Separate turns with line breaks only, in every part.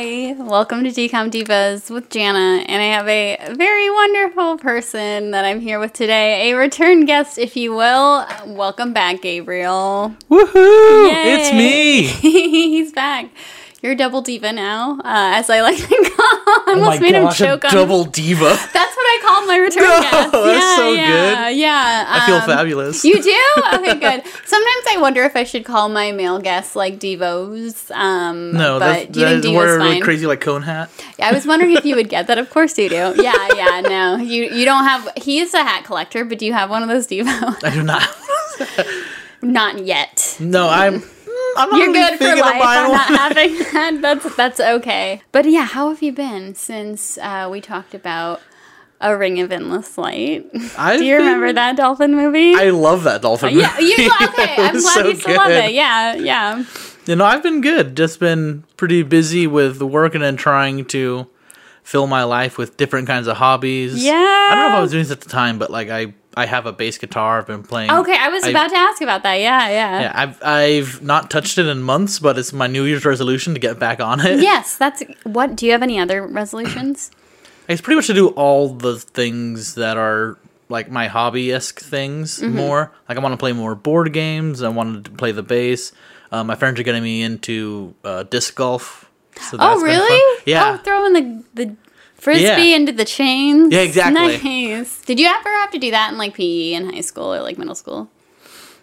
Welcome to Decom Divas with Jana, and I have a very wonderful person that I'm here with today, a return guest, if you will. Welcome back, Gabriel.
Woohoo! It's me.
He's back. You're a double diva now, uh, as I like to call. I
Oh my
almost made him
gosh,
choke
a
on.
double diva.
That's what I called my return
No,
guest.
that's
yeah,
so
yeah, Yeah,
I feel
um,
fabulous.
You do? Okay, good. Sometimes I wonder if I should call my male guests like divos. Um,
no,
but
that's,
do you
that
think
is
divos
wear a
fine?
really crazy like cone hat.
I was wondering if you would get that. Of course you do. Yeah, yeah. No, you you don't have. He is a hat collector, but do you have one of those Devo?
I do not.
not yet.
no, I'm. mm, I'm not
You're
really
good for
thinking of
life.
buying
I'm
one.
not having that. That's that's okay. But yeah, how have you been since uh, we talked about a Ring of Endless Light?
I've
do you
been-
remember that dolphin movie?
I love that dolphin.
yeah, you okay. I'm glad
It's so
you still love
good. Mm.
it. Yeah, yeah.
You know, I've been good. Just been pretty busy with work and then trying to fill my life with different kinds of hobbies. I don't know if
Yeah.
I was doing this at the time, but like I, I have a bass guitar. I've been playing.
Okay, I was about to ask about that. Yeah, yeah.
Yeah, I've I've not touched it in months, but it's my New Year's resolution to get back on it.
Yes, that's what. Do you have any other resolutions?
It's pretty much to do all the things that are like my hobby esque things
Mm-hmm.
more. Like I want to play more board games. I want to play the bass. Uh, my friends are getting me into uh, disc golf. So
Oh,
that's been fun.
really?
Yeah.
Oh, throwing the the frisbee
Yeah.
into the chains.
Yeah, exactly.
Nice. Did you ever have to do that in like PE in high school or like middle school?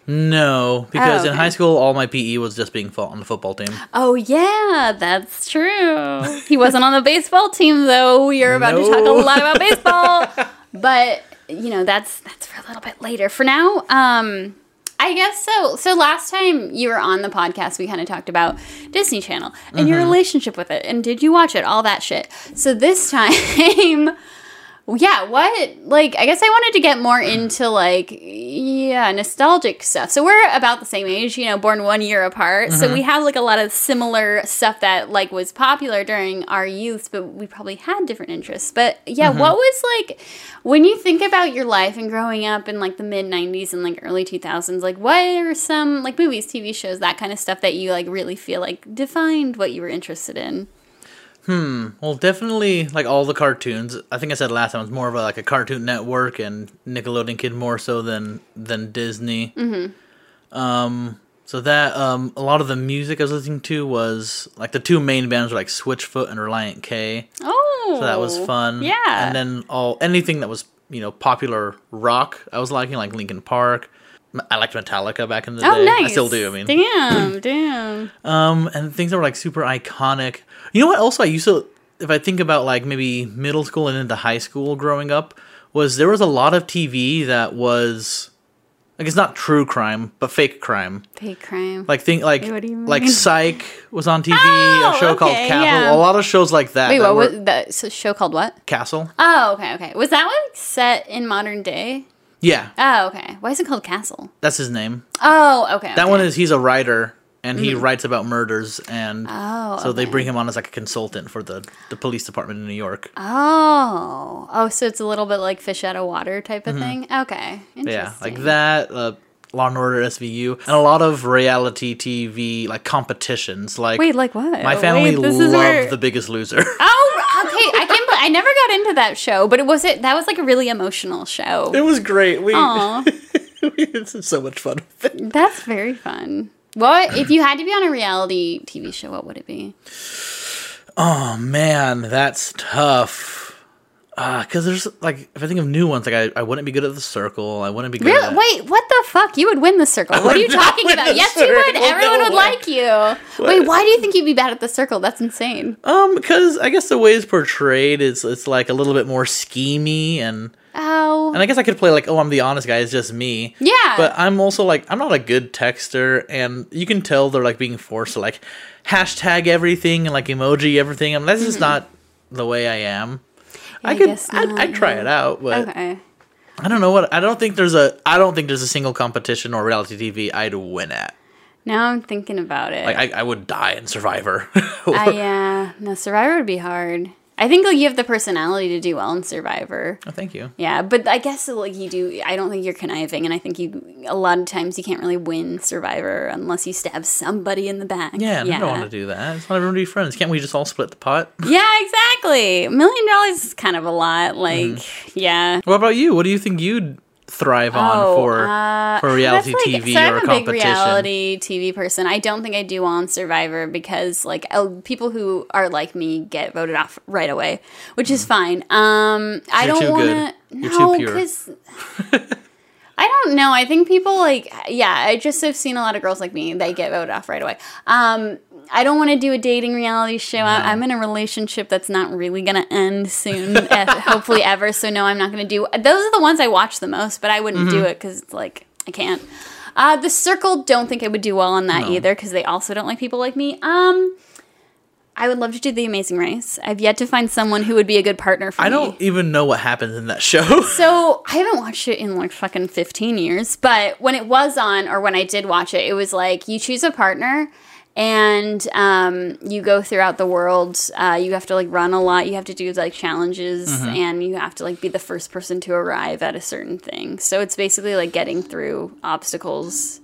No, because in
Oh, okay.
high school all my PE was just being fought on the football team.
Oh yeah, that's true. he wasn't on the baseball team though. We are about to talk a
No.
lot about baseball, but you know that's that's for a little bit later. For now, um, I guess so. So last time you were on the podcast, we kind of talked about Disney Channel and your
Mm-hmm.
relationship with it, and did you watch it, all that shit. So this time. Yeah, what? Like, I guess I wanted to get more into like, yeah, nostalgic stuff. So we're about the same age, you know, born one year apart.
Mm-hmm.
So we have like a lot of similar stuff that like was popular during our youth, but we probably had different interests. But yeah,
Mm-hmm.
what was like when you think about your life and growing up in like the mid '90s and like early 2000s? Like, what are some like movies, TV shows, that kind of stuff that you like really feel like defined what you were interested in?
Well, definitely like all the cartoons. I think I said last time it was more of a, like a Cartoon Network and Nickelodeon kid more so than than Disney. Mm-hmm. Um, so that um, a lot of the music I was listening to was like the two main bands were like Switchfoot and Reliant K.
Oh,
So that was fun.
Yeah,
and then all anything that was you know popular rock I was liking like Linkin Park. M- I liked Metallica back in the
Oh,
day.
nice.
I still do. I mean,
damn, damn.
um, and things that were like super iconic. You know what? Also, I used to, if I think about like maybe middle school and into high school growing up, was there was a lot of TV that was like it's not true crime, but fake crime.
Fake crime.
Like think like
What do you
like
mean?
Psych was on TV,
Oh,
a show called
okay,
Castle.
yeah.
A lot of shows like that.
Wait,
that
what
were-
was the so show called? What?
Castle?
Oh, okay, okay. Was that one set in modern day?
Yeah,
Oh, okay. Why is it called Castle?
that's his name.
Oh, okay.
That one is he's a writer and he writes about murders and
Oh,
so they
okay.
bring him on as like a consultant for the the police department in New York.
Oh, oh. So it's a little bit like fish out of water type of thing. Okay, interesting.
Mm-hmm. Yeah, like that. Uh, Law and Order SVU, and a lot of reality TV like competitions. Like
Wait, like what?
my family
Wait, this is
loved
where-
The Biggest Loser.
Oh, okay. I can. not I never got into that show, but it was it. That was like a really emotional
it
show.
was great. We
Aw.
it's so much fun.
That's very fun. What if you had to be on a reality TV show? What would it be?
Oh man, that's tough. Because there's like, if I think of new ones, like I, I wouldn't be good at the circle. I wouldn't be good.
Really?
At,
Wait, what the fuck? You would win the circle. What are you
would not
talking
win
about?
the
Yes, you would.
circle,
Everyone
no
would
way.
like you. Wait, why do you think you'd be bad at the circle? That's insane.
Um, because I guess the way it's portrayed is it's like a little bit more schemy, and
Oh.
and I guess I could play like, oh, I'm the honest guy. It's just me.
Yeah.
But I'm also like, I'm not a good texter, and you can tell they're like being forced to like hashtag everything and like emoji everything. and that's just not the way I am. I
Mm-hmm. I
could,
guess
I
not, Mm-hmm.
would try it out, but
okay.
I don't know what. I don't think there's a, I don't think there's a single competition or reality TV I'd win at.
Now I'm thinking about it.
Like I, I would die in Survivor.
I, yeah. No, Survivor would be hard. I think like you have the personality to do well in Survivor.
Oh, thank you.
Yeah, but I guess like you do. I don't think you're conniving, and I think you a lot of times you can't really win Survivor unless you stab somebody in the back.
Yeah, I don't want to do that. It's not everyone to be friends. Can't we just all split the pot?
Yeah, exactly. A million dollars is kind of a lot. Like,
Mm-hmm.
yeah.
What about you? What do you think you'd thrive on for
uh,
for reality
that's like-
TV
so I'm
or
a
competition?
Big reality TV person. I don't think I do well on Survivor because like oh, people who are like me get voted off right away, which is fine. Um, I
Mm-hmm. You're
don't
too good.
want to.
You're too
No,
pure.
because. I don't know. I think people like, yeah, I just have seen a lot of girls like me that get voted off right away. Um, I don't want to do a dating reality show. I, I'm in a relationship that's not really going to end soon, eh, hopefully ever. So, no, I'm not going to do those. Are the ones I watch the most, but I wouldn't
Mm-hmm.
do it because it's like, I can't. Uh, the circle, don't think I would do well on that
No.
either because they also don't like people like me. Um, I would love to do The Amazing Race. I've yet to find someone who would be a good partner for
I
me.
don't even know what happens in that show.
So I haven't watched it in like fucking 15 years, but when it was on or when I did watch it, it was like you choose a partner and um, you go throughout the world. Uh, you have to like run a lot. You have to do like challenges and you have to like be the first person to arrive at a certain thing. So it's basically like getting through obstacles.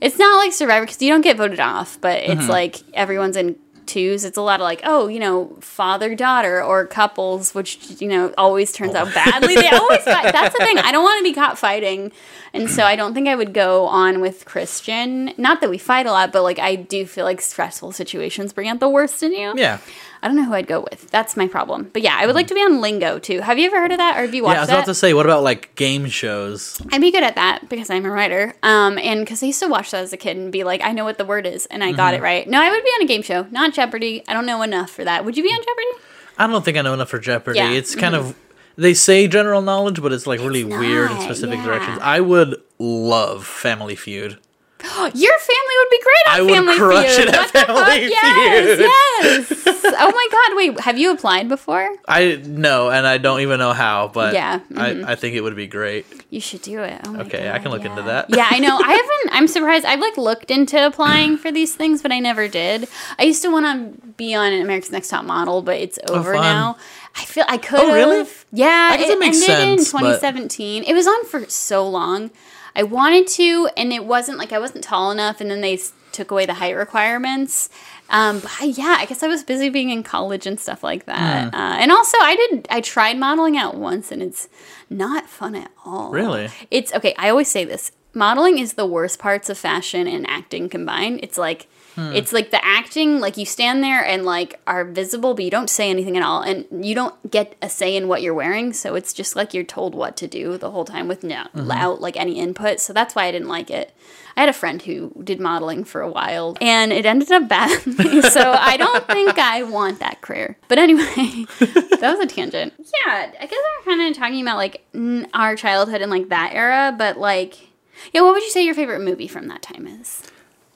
It's not like Survivor because you don't get voted off, but it's
Mm-hmm.
like everyone's in twos. It's a lot of like, oh, you know, father daughter or couples, which you know always turns
Oh.
out badly. They always fight. That's the thing. I don't want to be caught fighting, and so I don't think I would go on with Christian. Not that we fight a lot, but like I do feel like stressful situations bring out the worst in you.
yeah. Mm-hmm.
I don't know who I'd go with. That's my problem. But yeah, I would like to be on Lingo too. Have you ever heard of that, or have you watched
Yeah, I was
that?
about to say, what about like game shows?
I'd be good at that because I'm a writer. Um, and because I used to watch that as a kid and be like, I know what the word is, and I got
Mm-hmm.
it right. No, I would be on a game show, not Jeopardy. I don't know enough for that. Would you be on Jeopardy?
I don't think I know enough for Jeopardy.
Yeah. Mm-hmm.
It's kind of they say general knowledge, but it's like really weird in
not,
specific
yeah.
directions. I would love Family Feud.
Your family would be great on
I would
Family
crush
Feud.
it at
What the
Family
fuck?
Feud.
Yes, yes. oh my god! Wait, have you applied before?
I know, and I don't even know how, but
Yeah, mm-hmm.
I, I think it would be great.
You should do it. Oh my
Okay,
God,
I can look
yeah.
into that.
yeah, I know. I haven't. I'm surprised. I've like looked into applying for these things, but I never did. I used to want to be on America's Next Top Model, but it's over
Oh, fun. Oh,
now. I feel I could.
really?
Yeah,
That doesn't
it
make
ended
sense,
in
but-
2017. It was on for so long. I wanted to, and it wasn't like I wasn't tall enough, and then they s- took away the height requirements. Um, but I, yeah, I guess I was busy being in college and stuff like that. Uh, and also, I did. I tried modeling out once, and it's not fun at all.
Really?
It's okay. I always say this: modeling is the worst parts of fashion and acting combined. It's like it's like the acting, like you stand there and like are visible, but you don't say anything at all, and you don't get a say in what you're wearing. So it's just like you're told what to do the whole time with no out like any input. So that's why I didn't like it. I had a friend who did modeling for a while, and it ended up badly. so I don't think I want that career. But anyway, that was a tangent. Yeah, I guess we're kind of talking about like n- our childhood and like that era, but like, yeah, what would you say your favorite movie from that time is?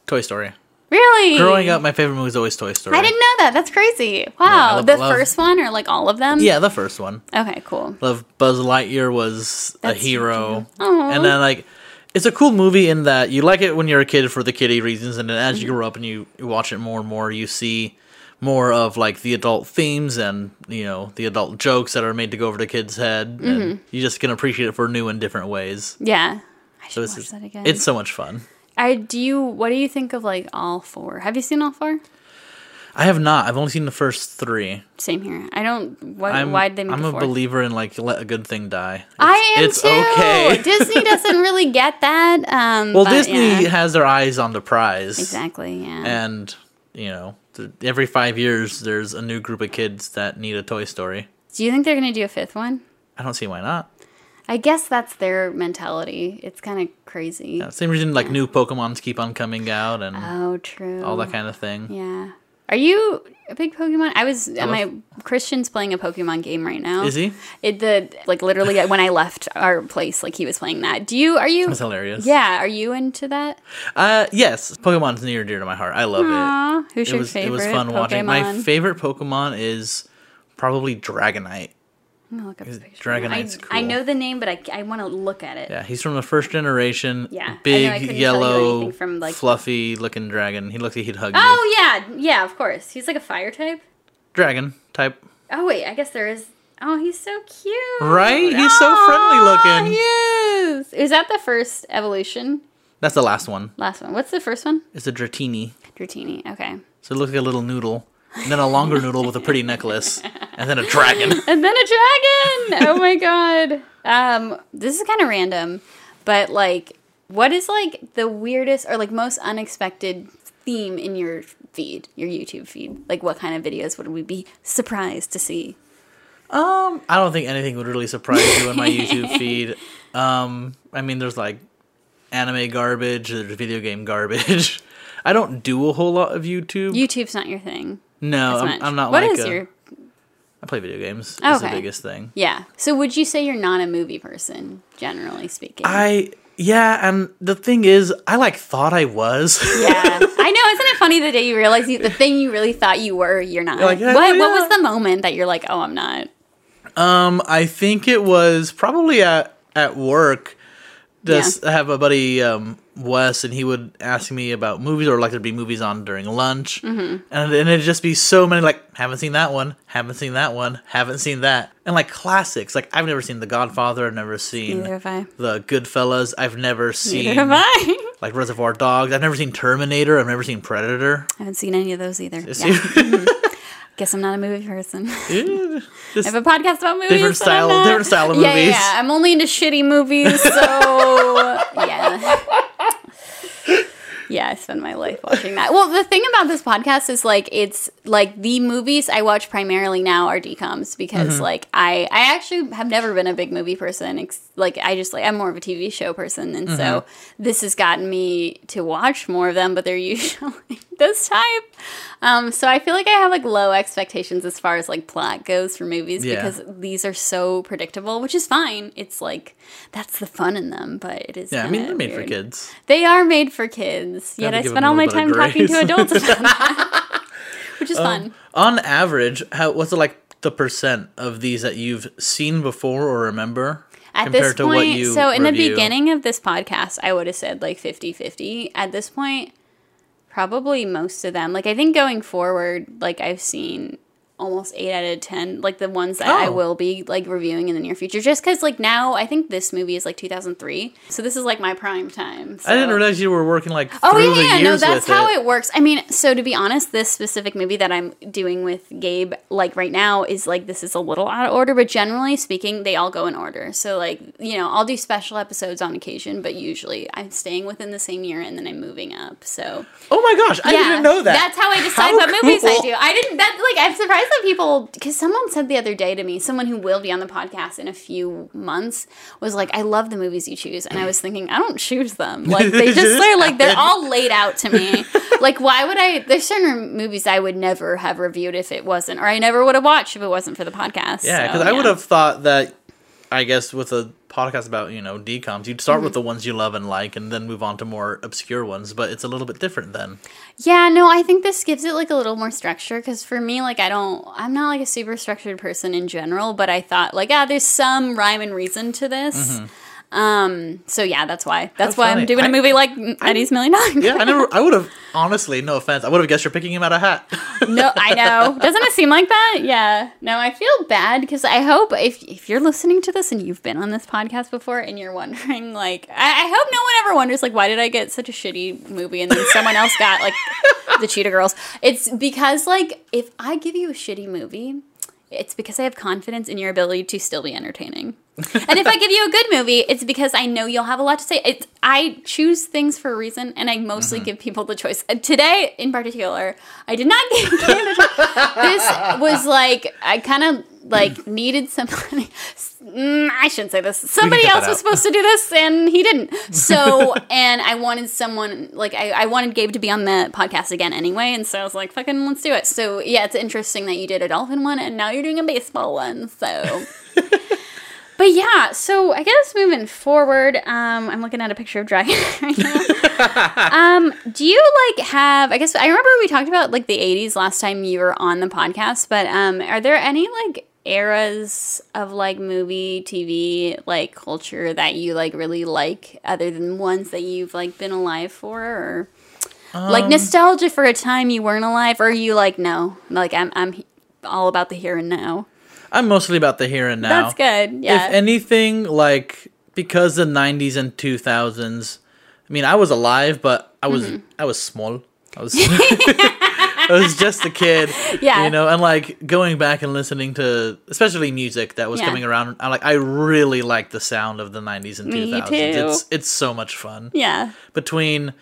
Toy Story.
Really?
Growing up, my favorite movie was always Toy Story.
I didn't know that. That's crazy.
I
Wow.
love-
the
love-
first one or like all of them?
Yeah, the first one.
Okay, cool.
Love Buzz Lightyear was
That's
a
so
hero,
cute. Aw.
and uh, then like. It's a cool movie in that you like it when you're a kid for the kiddie reasons, and then as you
Mm-hmm.
grow up and you you watch it more and more, you see more of like the adult themes and you know the adult jokes that are made to go over the kid's head.
Mm-hmm.
And you just can appreciate it for new and different ways.
Yeah. I should
So
watch
it's
that again.
it's so much fun.
I do you what do you think of like all four? Have you seen all four?
I have not. I've only seen the first three.
Same here. I don't what,
I'm,
why'd they make
I'm
the
a
fourth?
believer in like let a good thing die. It's,
I am
It's
too.
okay.
Disney doesn't really get that. Um,
well,
but
Disney
yeah.
has their eyes on the prize,
exactly. Yeah.
and you know, th- every five years there's a new group of kids that need a Toy Story.
Do you think they're gonna do a fifth one?
I don't see why not.
I guess that's their mentality. It's kind of crazy.
Same reason like new Pokemon's keep on coming out and
Oh, true.
all that kind of thing.
Yeah. Are you a big Pokemon? I was. my
love-
Christian's playing a Pokemon game right now.
Is he?
It the like literally when I left our place, like he was playing that. Do you? Are you?
It's hilarious.
Yeah. Are you into that?
Uh, yes, Pokemon's near and dear to my heart. I love it.
Aw, who's
it
your
was it
favorite?
was fun
Pokemon?
watching. My favorite Pokemon is probably Dragonite.
I'm gonna look up a picture.
Dragonite's
I, I
cool.
know the name, but I, I want to look at it.
Yeah, he's from the first generation.
Yeah, I know, I couldn't
big
tell you
yellow,
anything from, like- Ah!
fluffy looking dragon. He looks like he'd hug you.
Oh yeah, yeah, of course. He's like a fire type.
Dragon type.
Oh wait, I guess there is. Oh, he's so cute.
Right? He's so friendly looking.
Yes. Is that the first evolution?
That's the last one.
Last one. What's the first one?
It's a Dratini.
Dratini. Okay.
So it looks like a little noodle, and then a longer noodle with a pretty necklace, and then a dragon.
And then a dragon. oh my god. Um, this is kind of random, but like, what is like the weirdest or like most unexpected theme in your feed, your YouTube feed? Like, what kind of videos would we be surprised to see?
Um, I don't think anything would really surprise you in my YouTube feed. Um, I mean, there's like anime garbage, there's video game garbage. I don't do a whole lot of YouTube.
YouTube's not your thing.
no,
as
I'm,
much.
I'm not
What
like
is
a-
your?
I play video games. It's the
Okay.
biggest thing.
Yeah. So would you say you're not a movie person, generally speaking?
I yeah, and the thing is, I like thought I was.
yeah. I know. Isn't it funny the day you realize you, the thing you really thought you were, you're not?
like, yeah,
what,
yeah.
what was the moment that you're like, oh, I'm not?
um, I think it was probably at at work. Just I have a buddy um, Wes, and he would ask me about movies, or like there'd be movies on during lunch,
Mm-hmm.
and and it'd just be so many like haven't seen that one, haven't seen that one, haven't seen that, and like classics. Like I've never seen The Godfather, I've never seen
Neither have I.
The Goodfellas, I've never
Neither
seen
have I.
like Reservoir Dogs, I've never seen Terminator, I've never seen Predator.
I haven't seen any of those either.
Just-
Yeah. Guess I'm not a movie person. I
Just-
have a podcast about movies.
Different
but I'm
style-
not-
different style of
Yeah, Yeah,
movies.
yeah, I'm only into shitty movies, so yeah. Yeah, I spend my life watching that. Well, the thing about this podcast is like it's like the movies I watch primarily now are decoms because
Mm-hmm.
like I I actually have never been a big movie person. Ex- like I just like I'm more of a TV show person, and so
Mm-hmm.
this has gotten me to watch more of them, but they're usually this type. Um, so I feel like I have like low expectations as far as like plot goes for movies
Yeah.
because these are so predictable, which is fine. It's like that's the fun in them, but it is
Yeah, I mean they're
kinda
made for
weird.
kids.
They are made for kids. Yet
to
I
give
spend
them a
all my
little
time
bit of
talking to
grace. Um,
adults about that, which is fun.
On average, how what's it like the percent of these that you've seen before or remember
At this point, so in the beginning of this podcast, I would have said like 50 50. At this point, probably most of them. Like, I think going forward, like, I've seen almost eight out of 10, like the ones that I
Oh.
will be like reviewing in the near future, just because, like, now I think this movie is like 2003. So this is like my prime time.
I didn't
so-
realize you were working like through
Oh yeah,
the
yeah, no,
years
that's
with
how
it.
it. works. I mean, so to be honest, this specific movie that I'm doing with Gabe, like right now, is like this is a little out of order, but generally speaking, they all go in order. So like you know, I'll do special episodes on occasion, but usually I'm staying within the same year and then I'm moving up. So
Oh my gosh, I
yeah,
didn't know that.
That's how I decide
How
what movies I
cool.
do. I didn't. That like I'm surprised that people because someone said the other day to me, someone who will be on the podcast in a few months was like, "I love the movies you choose," and I was thinking, I don't choose them. Like they just
Just
they're like they're
happened.
all laid out to me. like why would I? There's certain movies I would never have reviewed if it wasn't, or I never would have watched if it wasn't for the podcast. So,
Yeah, because I would have thought that. I guess with a podcast about you know decoms, you'd start
Mm-hmm.
with the ones you love and like, and then move on to more obscure ones. But it's a little bit different then.
Yeah, no, I think this gives it like a little more structure because for me, like, I don't, I'm not like a super structured person in general, but I thought, like, ah, there's some rhyme and reason to this. Um, so yeah, that's why. That's why I'm
funny.
doing a
I-
movie like M- Eddie's Million Dollars.
Yeah, I never. I would have honestly, no offense, I would have guessed you're picking him out of a hat.
no, I know. Doesn't it seem like that? Yeah. No, I feel bad because I hope if if you're listening to this and you've been on this podcast before and you're wondering, like, I, I hope no one ever wonders, like, why did I get such a shitty movie and then someone else got like the Cheetah Girls? It's because like if I give you a shitty movie. It's because I have confidence in your ability to still be entertaining. and if I give you a good movie, it's because I know you'll have a lot to say. It's, I choose things for a reason, and I mostly give people the choice. And today, in particular, I did not give Gabe the choice. This was like I kind of like needed somebody. Mm, I shouldn't say this. Somebody
cut
else
that
was
out.
supposed to do this, and he didn't. So, and I wanted someone like I, I wanted Gabe to be on the podcast again anyway, and so I was like, "Fucking, let's do it." So, yeah, it's interesting that you did a dolphin one, and now you're doing a baseball one. So. But yeah, so I guess moving forward, um, I'm looking at a picture of Dragon right now. um, do you like have? I guess I remember we talked about like the '80s last time you were on the podcast, but um, are there any like eras of like movie, TV, like culture that you like really like, other than ones that you've like been alive for, or
Um.
like nostalgia for a time you weren't alive, or are you like no, like I'm I'm all about the here and now.
I'm mostly about the here and now.
That's good. Yeah.
If anything, like because the '90s and 2000s, I mean, I was alive, but I was
Mm-hmm.
I was small. I was I was just a kid.
Yeah.
You know, and like going back and listening to especially music that was
Yeah.
coming around. I like I really like the sound of the '90s and
Me
2000s.
too.
It's it's so much fun
yeah.
between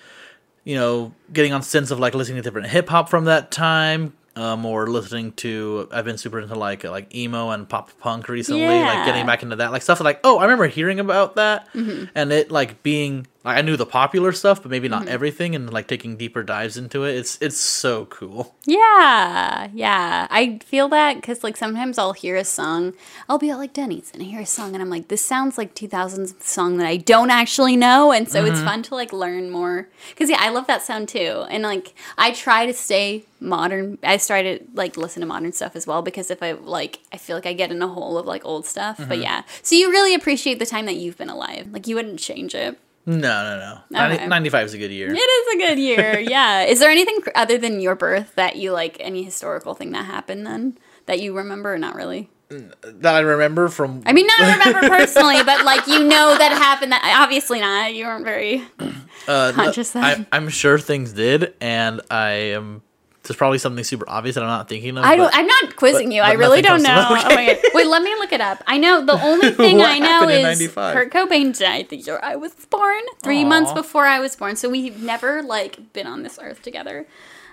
you know getting on sense of like listening to different hip hop from that time um, or listening to I've been super into like like emo and pop punk recently
Yeah. Mm-hmm.
like getting back into that like stuff like oh I remember hearing about that and it like being like I knew the popular stuff but maybe not
Mm-hmm.
everything and like taking deeper dives into it it's it's so cool
Yeah, yeah. I feel that because like sometimes I'll hear a song, I'll be at like Denny's and I hear a song and I'm like, this sounds like 2000s song that I don't actually know, and so it's fun to like learn more. Because yeah, I love that sound too, and like I try to stay modern. I try to like listen to modern stuff as well because if I like, I feel like I get in a hole of like old stuff. But yeah, so you really appreciate the time that you've been alive. Like you wouldn't change it.
no no no
Okay.
95 is a good year
It is a good year. yeah. Is there anything cr- other than your birth that you like any historical thing that happened then that you remember or not really?
that I remember from
I mean, not remember personally, but like you know that happened that obviously not. You weren't very
Uh, no,
conscious of.
I, I'm sure things did and I am there's probably something super obvious that I'm not thinking of
I
but-
don't I'm not quizzing
but-
you. I
but
really don't
nothing
know.
comes up.
Oh my God. Wait, let me look it up. I know the only thing
What
I know
happened in
is
95?
Kurt Cobain died the year I was born, 3 months
Aw.
before I was born. So we've never like been on this earth together.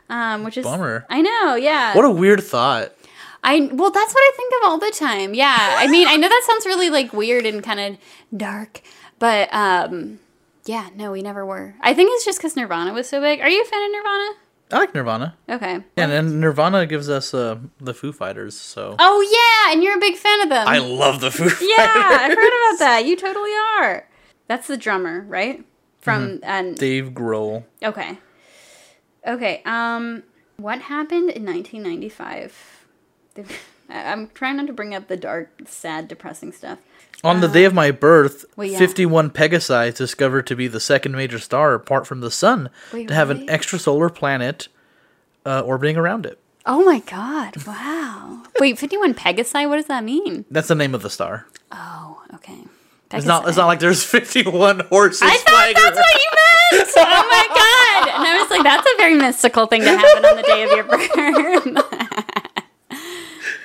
Um, which is
Bummer.
I know, yeah.
What a weird thought.
I well, that's what I think of all the time. Yeah, I mean, I know that sounds really like weird and kind of dark, but um, yeah, no, we never were. I think it's just because Nirvana was so big. Are you a fan of Nirvana?
I like Nirvana.
Okay.
And then Nirvana gives us uh, the Foo Fighters, so
Oh yeah, and you're a big fan of them.
I love the Foo
yeah, I heard
Fighters.
about that. You totally are. That's the drummer, right? From and
Dave Grohl.
okay, okay. Um, what happened in 1995? The- I- I'm trying not to bring up the dark, sad, depressing stuff.
On the day of my birth,
Well, yeah.
51 Pegasi is discovered to be the second major star apart from the sun
Wait,
to have
really?
an extrasolar planet uh, orbiting around it.
Oh my god, wow. Wait, 51 Pegasi, what does that mean?
That's the name of the star.
Oh, okay.
It's not it's
Pegasi.
not like there's 51 horses
I thought
flying
that's
around.
what you meant! Oh my god! And I was like, that's a very mystical thing to happen on the day of your birth.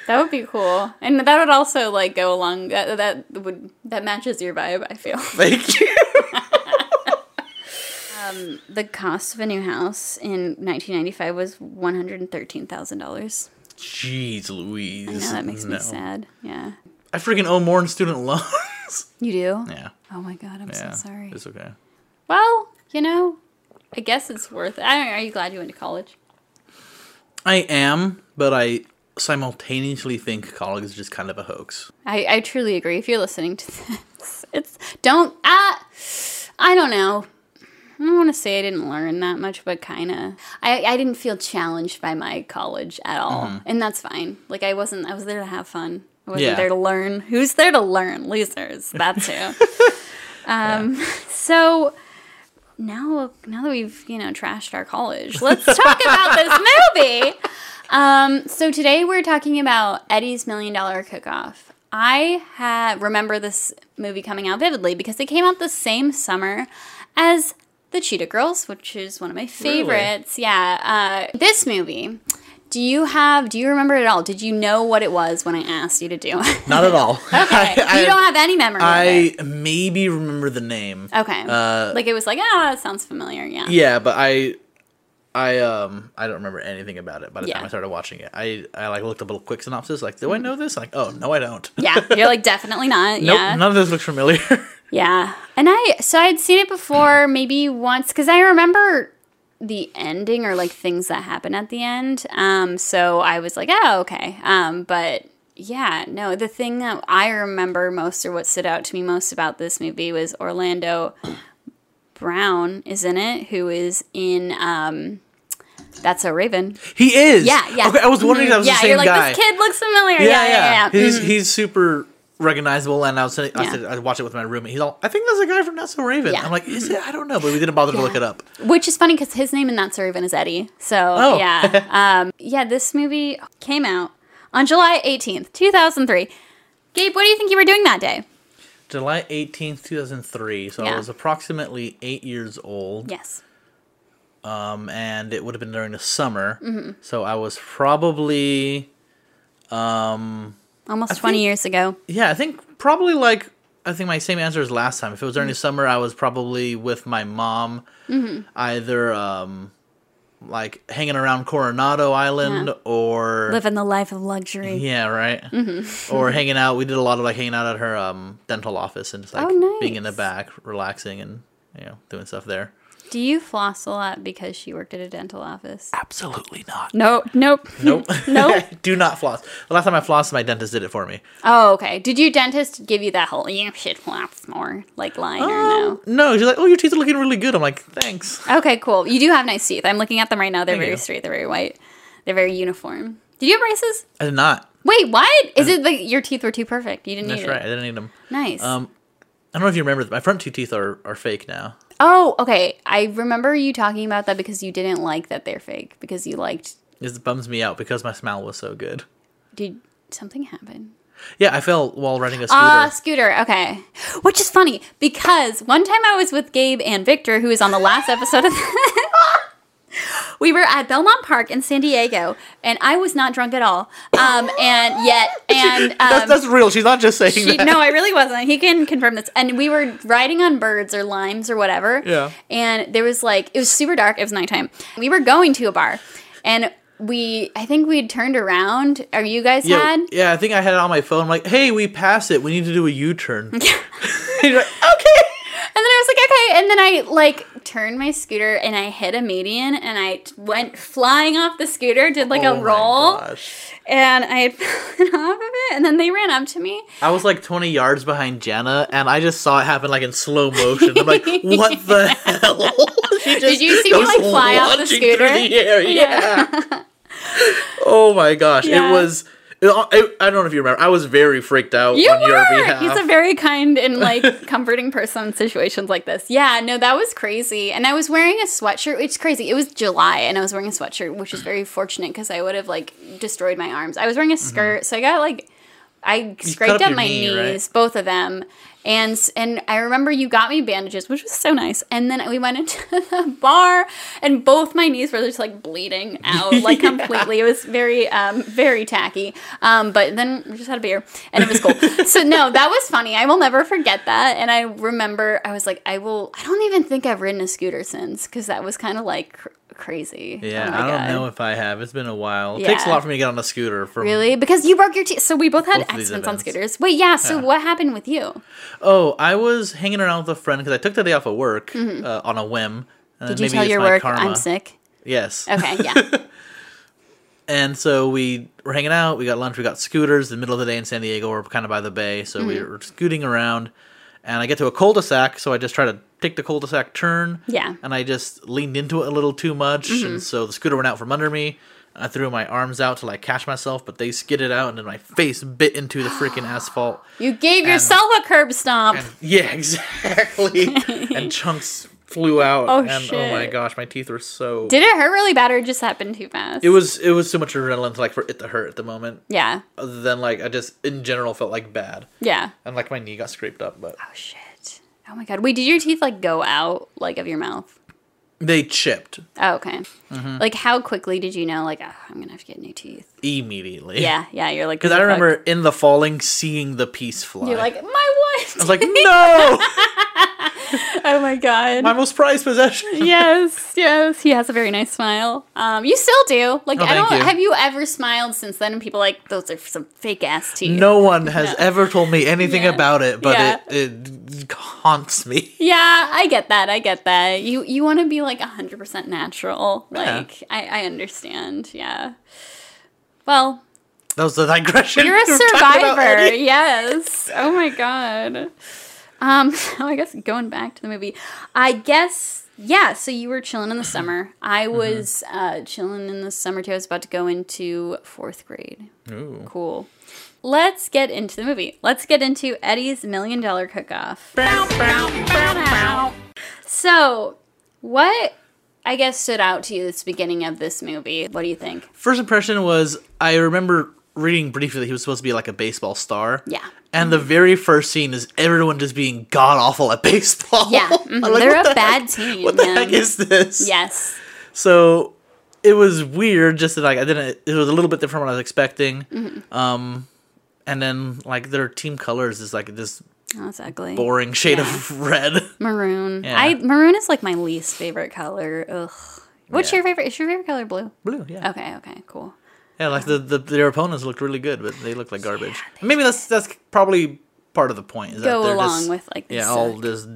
that would be cool. And that would also like go along that that would that matches your vibe, I feel.
Thank you.
The cost of a new house in 1995 was $113,000.
Jeez Louise.
I know that makes
No.
me sad. Yeah.
I freaking owe more in student loans.
You do?
yeah.
Oh my god, I'm
Yeah.
so sorry.
It's okay.
Well, you know, I guess it's worth it. I don't know. Are you glad you went to college?
I am, but I simultaneously think college is just kind of a hoax.
I, I truly agree. If you're listening to this, it's don't ah, I don't know. I don't want to say I didn't learn that much, but kind of. I, I didn't feel challenged by my college at all, and that's fine. Like I wasn't. I was there to have fun. I wasn't
Yeah.
there to learn. Who's there to learn? Losers. That's who. um. So now, now that we've you know trashed our college, let's talk about this movie. Um, so today we're talking about Eddie's Million Dollar Cook-Off. I ha- remember this movie coming out vividly because it came out the same summer as The Cheetah Girls, which is one of my favorites. Yeah, uh, this movie. Do you have? Do you remember it at all? Did you know what it was when I asked you to do it?
Not at all.
okay, you don't have any memory. of it.
I maybe remember the name.
okay.
uh,
like it was like ah, it sounds familiar. Yeah.
Yeah, but I I um I don't remember anything about it by the
Yeah.
time I started watching it. I I like looked up a little quick synopsis like, "Do I know this?" Like, "Oh, no I don't."
Yeah, you're like definitely not.
nope,
yeah.
none of this looks familiar.
Yeah. And I, so I'd seen it before maybe once because I remember the ending or like things that happen at the end. Um, so I was like, oh, okay. Um, but yeah, no, the thing that I remember most or what stood out to me most about this movie was Orlando Brown is in it, who is in, um, that's a Raven.
he is.
Yeah, yeah.
Okay, I was wondering if that was
yeah,
the same
you're like,
guy.
this kid looks familiar. Yeah,
yeah,
yeah, yeah. yeah. Mm-hmm.
He's he's super recognizable, and I was sitting,
Yeah.
I said I watched it with my roommate. He's all, I think that's a guy from Not So Raven.
Yeah.
I'm like, is it? I don't know, but we didn't bother to look it up.
Which is funny because his name in that servant is Eddie. So
Oh.
yeah, um, yeah. This movie came out on July 18th, 2003. Gabe, what do you think you were doing that day?
July 18th, 2003. So I
Yeah.
was approximately eight years old.
Yes.
Um, and it would have been during the summer.
Mm-hmm.
So I was probably,
Almost 20
think-
years ago.
yeah, I think probably like, I think my same answer as last time. If it was during
Mm-hmm.
the summer, I was probably with my mom, either um, like hanging around Coronado Island or.
Living the life of luxury.
yeah, right.
Mm-hmm.
or hanging out. We did a lot of like hanging out at her um, dental office and just like
Oh,
being in the
nice.
back, relaxing and you know doing stuff there.
Do you floss a lot because she worked at a dental office?
Absolutely not.
No, nope.
Ah. Nope.
Nope.
Do not floss. The last time I flossed, my dentist did it for me.
Oh, okay. Did your dentist give you that whole you should floss more like line or no?
No, she's like, oh, your teeth are looking really good. I'm like, thanks.
Okay, cool. You do have nice teeth. I'm looking at them right now. They're
Thank
very
you.
straight. They're very white. They're very uniform. Did you have braces?
I did not.
Wait, what? Is it like your teeth were too perfect? You didn't
Uh, That's
need
right. I
it.
didn't need them.
Nice.
Um, I don't know if you remember, my front two teeth are, are fake now.
oh, okay. I remember you talking about that because you didn't like that they're fake because you liked.
It bums me out because my smile was so good.
Did something happen?
Yeah, I fell while riding a scooter.
Ah, scooter. Okay. Which is funny because one time I was with Gabe and Victor, who was on the last episode of. we were at Belmont Park in San Diego, and I was not drunk at all. Um, and yet, and um,
that's, that's real. She's not just saying
she,
that.
no, I really wasn't. He can confirm this. And we were riding on birds or limes or whatever.
Yeah.
And there was like it was super dark. It was nighttime. We were going to a bar, and we I think we turned around. Or you guys
yeah,
had.
yeah, I think I had it on my phone. I'm like, hey, we passed it. We need to do a U turn. okay.
And then I was like, okay. And then I like turned my scooter and I hit a median and I t- went flying off the scooter, did like
oh
a
my
roll,
gosh.
and I had fallen off of it. And then they ran up to me.
I was like 20 yards behind Jana, and I just saw it happen like in slow motion. I'm like, what the hell? She just
Did you see me,
goes
like, fly off the
launching through
scooter?
the air. Yeah. oh my gosh,
Yeah.
it was. It, I, I don't know if you remember. I was very freaked out
You
on your
were.
behalf.
He's a very kind and like comforting person in situations like this. Yeah, no, that was crazy. And I was wearing a sweatshirt. It's crazy. It was July, and I was wearing a sweatshirt, which is very fortunate because I would have like destroyed my arms. I was wearing a skirt, so I got like I
Mm-hmm. up
scraped up
your
my
knee,
knees,
right?
both of them. And s- and I remember you got me bandages, which was so nice. And then we went into the bar, and both my knees were just like bleeding out, like completely. It was very um, very tacky. Um, but then we just had a beer, and it was cool. so no, that was funny. I will never forget that. And I remember I was like, I will. I don't even think I've ridden a scooter since because that was kind of like cr- crazy.
yeah,
Oh my
I don't
God.
know if I have. It's been a while. It takes a
Yeah.
lot for me to get on a scooter. From,
Really? Because you broke your teeth. So we both had
Both of these
accidents on
events.
scooters. Wait, yeah. So what happened with you?
Oh, I was hanging around with a friend because I took the day off of work uh, on a whim. and
Mm-hmm. Did you
maybe
tell
it's
your
my
work
karma.
I'm sick?
Yes.
Okay, yeah.
And so we were hanging out. We got lunch. We got scooters. The middle of the day in San Diego, we're kind of by the bay, so we
Mm-hmm.
were scooting around. And I get to a cul-de-sac, so I just try to take the cul-de-sac turn.
Yeah. Mm-hmm.
And I just leaned into it a little too much, and so the scooter went out from under me. I threw my arms out to like catch myself, but they skidded out, and then my face bit into the freaking asphalt.
You gave yourself a curb stomp.
Yeah, exactly. and chunks flew out.
Oh,
and oh my
shit.
gosh, my teeth were so.
Did it hurt really bad or it just happened too fast?
it was it was so much adrenaline to like for it to hurt at the moment.
yeah.
other than like I just in general felt like bad
Yeah.
and like my knee got scraped up, but
Oh, shit. Oh, my God. Wait, did your teeth like go out like of your mouth?
they chipped
Oh, okay.
Mm-hmm.
Like, how quickly did you know, like, oh, I'm going to have to get new teeth?
immediately.
Yeah, yeah. You're like,
because I
"Fuck."
remember in the falling seeing the piece fly.
You're like, my
I was
what?
like, no,
oh, my God.
my most prized possession.
yes, yes. He has a very nice smile. Um, you still do. Like,
Oh,
I don't.
thank you.
Have you ever smiled since then? And people are like those are some fake ass teeth.
No one has ever told me anything
Yeah.
about it, but
Yeah.
it, it haunts me.
Yeah, I get that. I get that. You you want to be like hundred percent natural.
Yeah.
Like I, I understand. Yeah. Well,
That was the digression.
you're a
we were talking about,
survivor.
Eddie.
Yes. Oh my god. Um. So I guess going back to the movie, I guess yeah. So you were chilling in the summer. I
Mm-hmm.
was uh, chilling in the summer too. I was about to go into fourth grade.
Ooh.
Cool. Let's get into the movie. Let's get into Eddie's Million Dollar Cook Off. So, what I guess stood out to you this beginning of this movie? What do you think?
First impression was I remember reading briefly that he was supposed to be like a baseball star.
Yeah.
And the very first scene is everyone just being god awful at baseball.
Yeah,
I'm
mhm, they're
"What
a
the
bad
heck?
team,
What the
yeah.
heck is this?
Yes.
So it was weird, just that like I didn't. It was a little bit different from what I was expecting.
Mm-hmm.
Um, and then like their team colors is like this
Oh, that's ugly.
boring shade of red.
Maroon.
Yeah.
I maroon is like my least favorite color. Ugh. What's
Yeah.
your favorite? Is your favorite color blue?
Blue, yeah.
Okay. Okay. Cool.
Yeah, like the, the their opponents looked really good, but they looked like garbage. Maybe that's that's probably part of the point. Is that
Go
they're
along
just-
with like.
yeah,
this,
all
uh,
this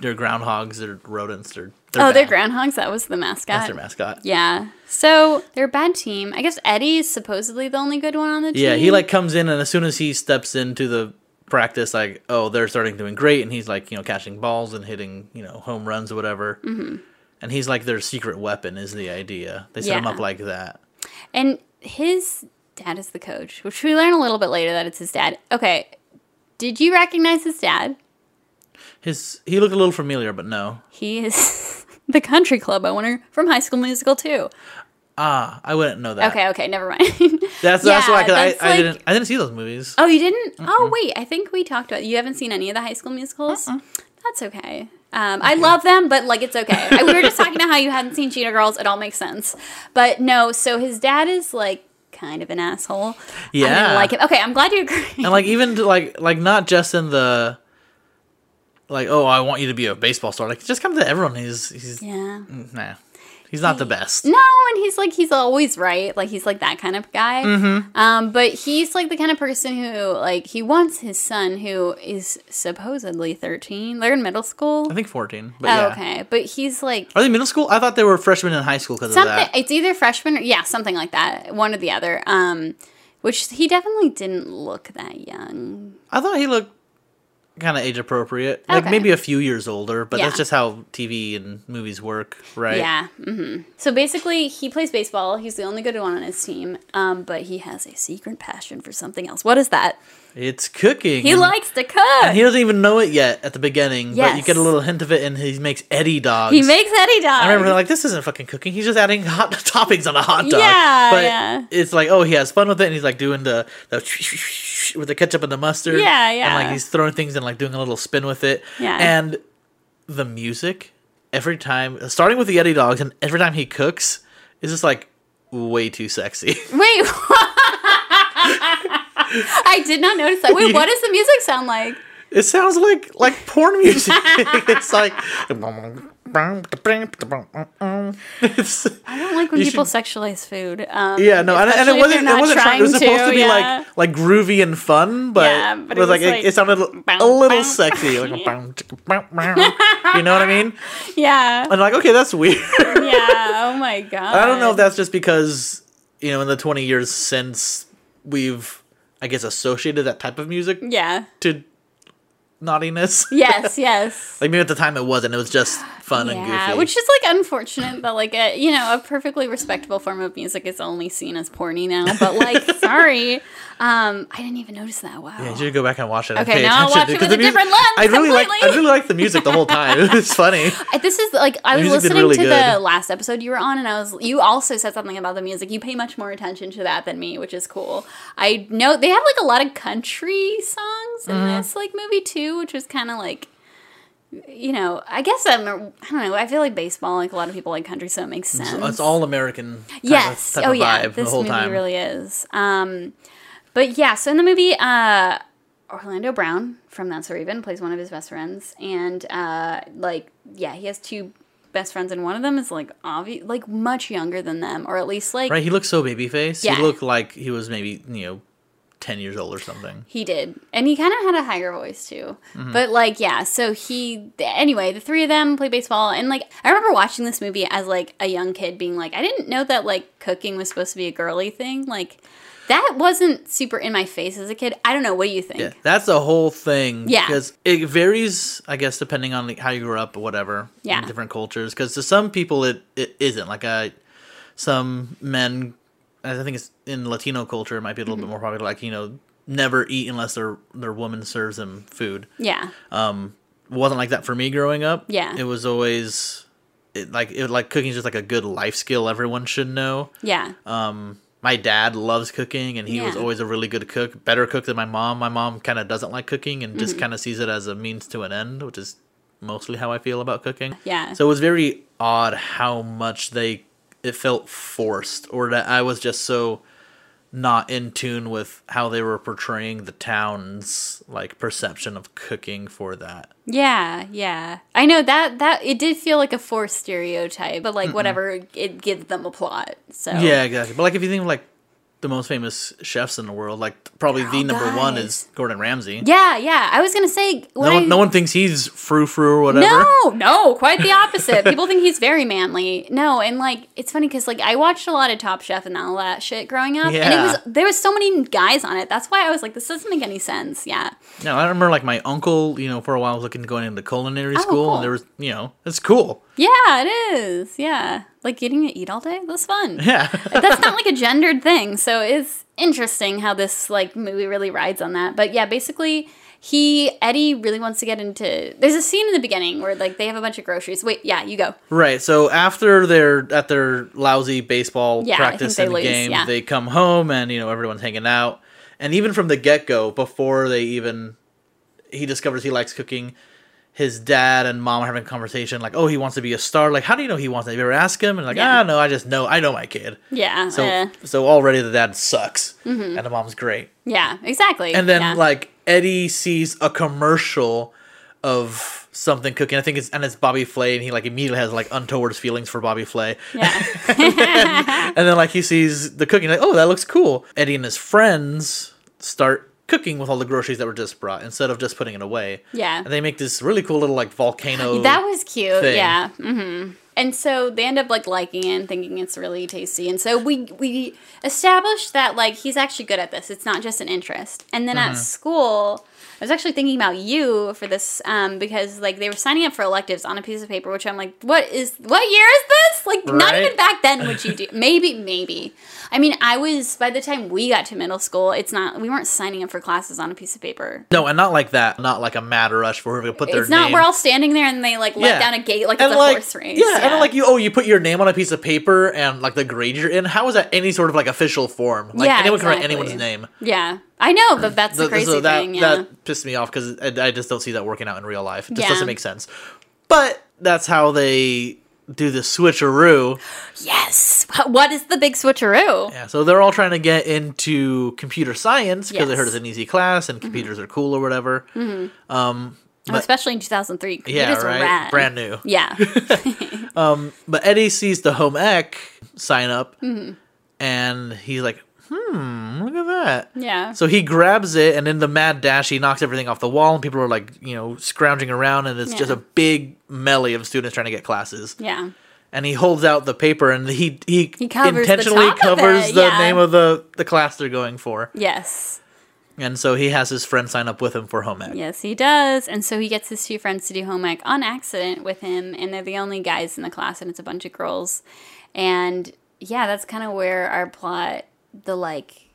they're groundhogs, they're rodents, they're,
Oh, they're
bad.
groundhogs. That was the mascot.
That's their mascot. Yeah.
Yeah. So they're a bad team. I guess Eddie's supposedly the only good one on the team.
he like comes in and as soon as he steps into the practice, like oh they're starting doing great, and he's like you know catching balls and hitting you know home runs or whatever, mm-hmm. and he's like their secret weapon is the idea. They set him
Yeah.
up like that.
And his dad is the coach, which we learn a little bit later that it's his dad. Okay. Did you recognize his dad?
His he looked a little familiar, but no.
He is the country club owner from High School Musical too.
Ah, I wouldn't know that.
Okay, okay, never mind.
That's that's
Yeah,
why 'cause
that's
I, I
like-
didn't I didn't see those movies.
oh, you didn't? Oh, wait. I think we talked about you haven't seen any of the High School Musicals. That's okay. Um, I love them, but like it's okay. I- we were just talking about how you hadn't seen Cheetah Girls. It all makes sense. But no, so his dad is like kind of an asshole. I
Yeah.
don't like him. Okay, I'm glad you agree.
and like even to, like like not just in the like oh I want you to be a baseball star like just come to everyone he's he's
yeah.
nah he's not the best
No, and he's like he's always right. Like he's like that kind of guy.
Mm-hmm.
Um, but he's like the kind of person who like he wants his son who is supposedly 13. They're in middle school.
I think fourteen but
Oh,
yeah
okay. But he's like
are they middle school I thought they were freshmen in high school because of
something
that
it's either freshman or yeah, something like that. One or the other. Um which he definitely didn't look that young.
I thought he looked kind of age appropriate like
Okay.
maybe a few years older but that's
Yeah.
just how TV and movies work right
Yeah. hmm So basically, he plays baseball. He's the only good one on his team. Um, but he has a secret passion for something else. What is that?
it's cooking
He
and-
likes to cook.
and Mm. he doesn't even know it yet at the beginning but you get a
Yes.
little hint of it and he makes Eddie dogs
He makes Eddie dogs.
I remember like this isn't fucking cooking. He's just adding hot toppings on a hot dog.
Yeah,
but
yeah.
it's like oh he has fun with it and he's like doing the the with the ketchup and the mustard.
Yeah,
And like
yeah.
he's throwing things and like doing a little spin with it.
Yeah.
And the music every time, starting with the Yeti dogs, and every time he cooks, is just like way too sexy.
Wait, I did not notice that. Wait, what does the music sound like?
It sounds like like porn music. it's like. It's-
I don't like when
You
people
should-
sexualize food. Um,
Yeah, no, and, and
especially if
it wasn't.
they're
It
not
wasn't. Trying, it was
trying
supposed to, be
yeah.
like like groovy and fun, but,
Yeah,
it was like, it, it sounded a- a
bow,
little
bow.
sexy, like a bow, chicka, bow, bow. you know what I mean?
yeah,
And like, okay, that's weird.
yeah. Oh my god.
I don't know if that's just because you know in the twenty years since we've, I guess, associated that type of music
Yeah.
to naughtiness.
Yes. Yes.
Like maybe at the time it wasn't. It was just fun and
Yeah,
goofy.
which is like unfortunate that like a you know a perfectly respectable form of music is only seen as porny now. But like, sorry, um, I didn't even notice that. Wow.
Yeah, you should go back and watch it. and
Okay,
pay
now I'll
attention
watch
to-
it
'cause
with a
the music-
different lens
I really like. I
completely.
really like the music the whole time. it's funny.
I- This is like I was
music's been
listening
really
to the
good.
last episode you were on, and I was you also said something about the music. You pay much more attention to that than me, which is cool. I know they have like a lot of country songs in
Mm-hmm.
this like movie too, which was kind of like you know I guess I'm I don't know I feel like baseball like a lot of people like country, so it makes sense.
It's all American. Type
yes,
Of, type
oh
of
yeah,
vibe
this
the whole
movie
time.
really is. Um, but yeah, so in the movie, uh, Orlando Brown from That's So Raven plays one of his best friends, and uh, like yeah, he has two best friends, and one of them is like obvious, like much younger than them, or at least like
Right, he looked so babyface.
Yeah.
He looked like he was maybe you know, ten years old or something.
He did. And he kind of had a higher voice too.
Mm-hmm.
But like, yeah, so he, anyway, the three of them play baseball. And like, I remember watching this movie as like a young kid being like, I didn't know that like cooking was supposed to be a girly thing. Like, that wasn't super in my face as a kid. I don't know. What do you think?
Yeah, that's the whole thing.
Yeah.
because it varies, I guess, depending on like, how you grew up or whatever. in
Yeah.
different cultures. Because to some people, it it isn't like I, some men. I think it's in Latino culture, it might be a little
Mm-hmm.
bit more popular. Like you know, never eat unless their their woman serves them food.
Yeah.
um wasn't like that for me growing up
Yeah.
it was always it, like it like cooking is just like a good life skill everyone should know
Yeah.
um my dad loves cooking and he was
Yeah.
always a really good cook, better cook than my mom. My mom kind of doesn't like cooking and
Mm-hmm.
just kind of sees it as a means to an end, which is mostly how I feel about cooking.
Yeah.
So it was very odd how much they it felt forced or that I was just so not in tune with how they were portraying the town's like perception of cooking for that.
Yeah, yeah. I know that that it did feel like a forced stereotype, but like whatever, it gives them a plot. So
Yeah, exactly. But like if you think of like the most famous chefs in the world, like probably the
all
number one
guys.
is Gordon Ramsay.
yeah, yeah. I was gonna say when
No,
I-
one, no one thinks he's frou frou or whatever.
No, no, quite the opposite. People think he's very manly. No, and like it's funny because like I watched a lot of Top Chef and all that shit growing up, and it
Yeah.
was there was so many guys on it. That's why I was like, this doesn't make any sense. Yeah,
No, I remember like my uncle, you know, for a while was looking to going into culinary
Oh,
school,
cool.
and there was, you know, it's cool.
yeah, it is. Yeah, like getting to eat all day. That's fun.
Yeah.
That's not like a gendered thing. So it's interesting how this like movie really rides on that. But yeah, basically. He Eddie really wants to get into. There's a scene in the beginning where like they have a bunch of groceries. Wait, yeah, you go.
right. So after their at their lousy baseball
Yeah, I think
practice
they
and
lose,
game,
yeah.
they come home and you know everyone's hanging out, and even from the get go, before they even he discovers he likes cooking. His dad and mom are having a conversation like, "Oh, he wants to be a star." Like, how do you know he wants that? Have you ever asked him? And like,
Yeah.
ah, no, I just know. I know my kid.
Yeah, Mm-hmm.
So,
eh.
so already the dad sucks, and the mom's great.
yeah, exactly.
And then
yeah.
like Eddie sees a commercial of something cooking. I think it's and it's Bobby Flay, and he like immediately has like untoward feelings for Bobby Flay.
yeah.
and then like he sees the cooking, like oh that looks cool. Eddie and his friends start cooking with all the groceries that were just brought instead of just putting it away.
Yeah.
and they make this really cool little like volcano.
That was cute.
thing.
Yeah. hmm And so they end up like liking it and thinking it's really tasty. And so we we established that like he's actually good at this. It's not just an interest. And then
Mm-hmm.
at school, I was actually thinking about you for this um, because like they were signing up for electives on a piece of paper, which I'm like, what is what year is this? Like not
Right.
even back then would you do maybe maybe. I mean, I was by the time we got to middle school, it's not we weren't signing up for classes on a piece of paper.
no, and not like that. Not like a mad rush where we put their
It's not
name.
we're all standing there and they like let
Yeah.
down a gate like it's a horse race.
Yeah, and like you, oh, you put your name on a piece of paper and like the grade you're in. How is that any sort of like official form? Like
Yeah,
anyone can write
exactly.
anyone's name.
Yeah, I know, but that's the,
Th-
crazy
so that
thing. Yeah,
that pissed me off because I, I just don't see that working out in real life. It just
Yeah.
doesn't make sense. But that's how they do the switcheroo.
yes. Wh- What is the big switcheroo?
Yeah, so they're all trying to get into computer science because they
Yes. Mm-hmm.
heard it's an easy class and computers are cool or whatever. Um,
Oh, Especially in 2003, computers
yeah,
were
right.
rad.
Brand new.
Yeah,
But Eddie sees the home ec sign up,
Mm-hmm.
and he's like, "Hmm, look at that."
yeah.
So he grabs it, and in the mad dash, he knocks everything off the wall, and people are like, you know, scrounging around, and it's just
Yeah.
a big melee of students trying to get classes.
yeah,
And he holds out the paper, and he he,
He covers the
intentionally
top of
covers
it,
the
yeah.
name of the the class they're going for,
yes,
and so he has his friend sign up with him for home ec.
yes, he does. And so he gets his two friends to do home ec on accident with him, and they're the only guys in the class, and it's a bunch of girls. And yeah, that's kind of where our plot, the like,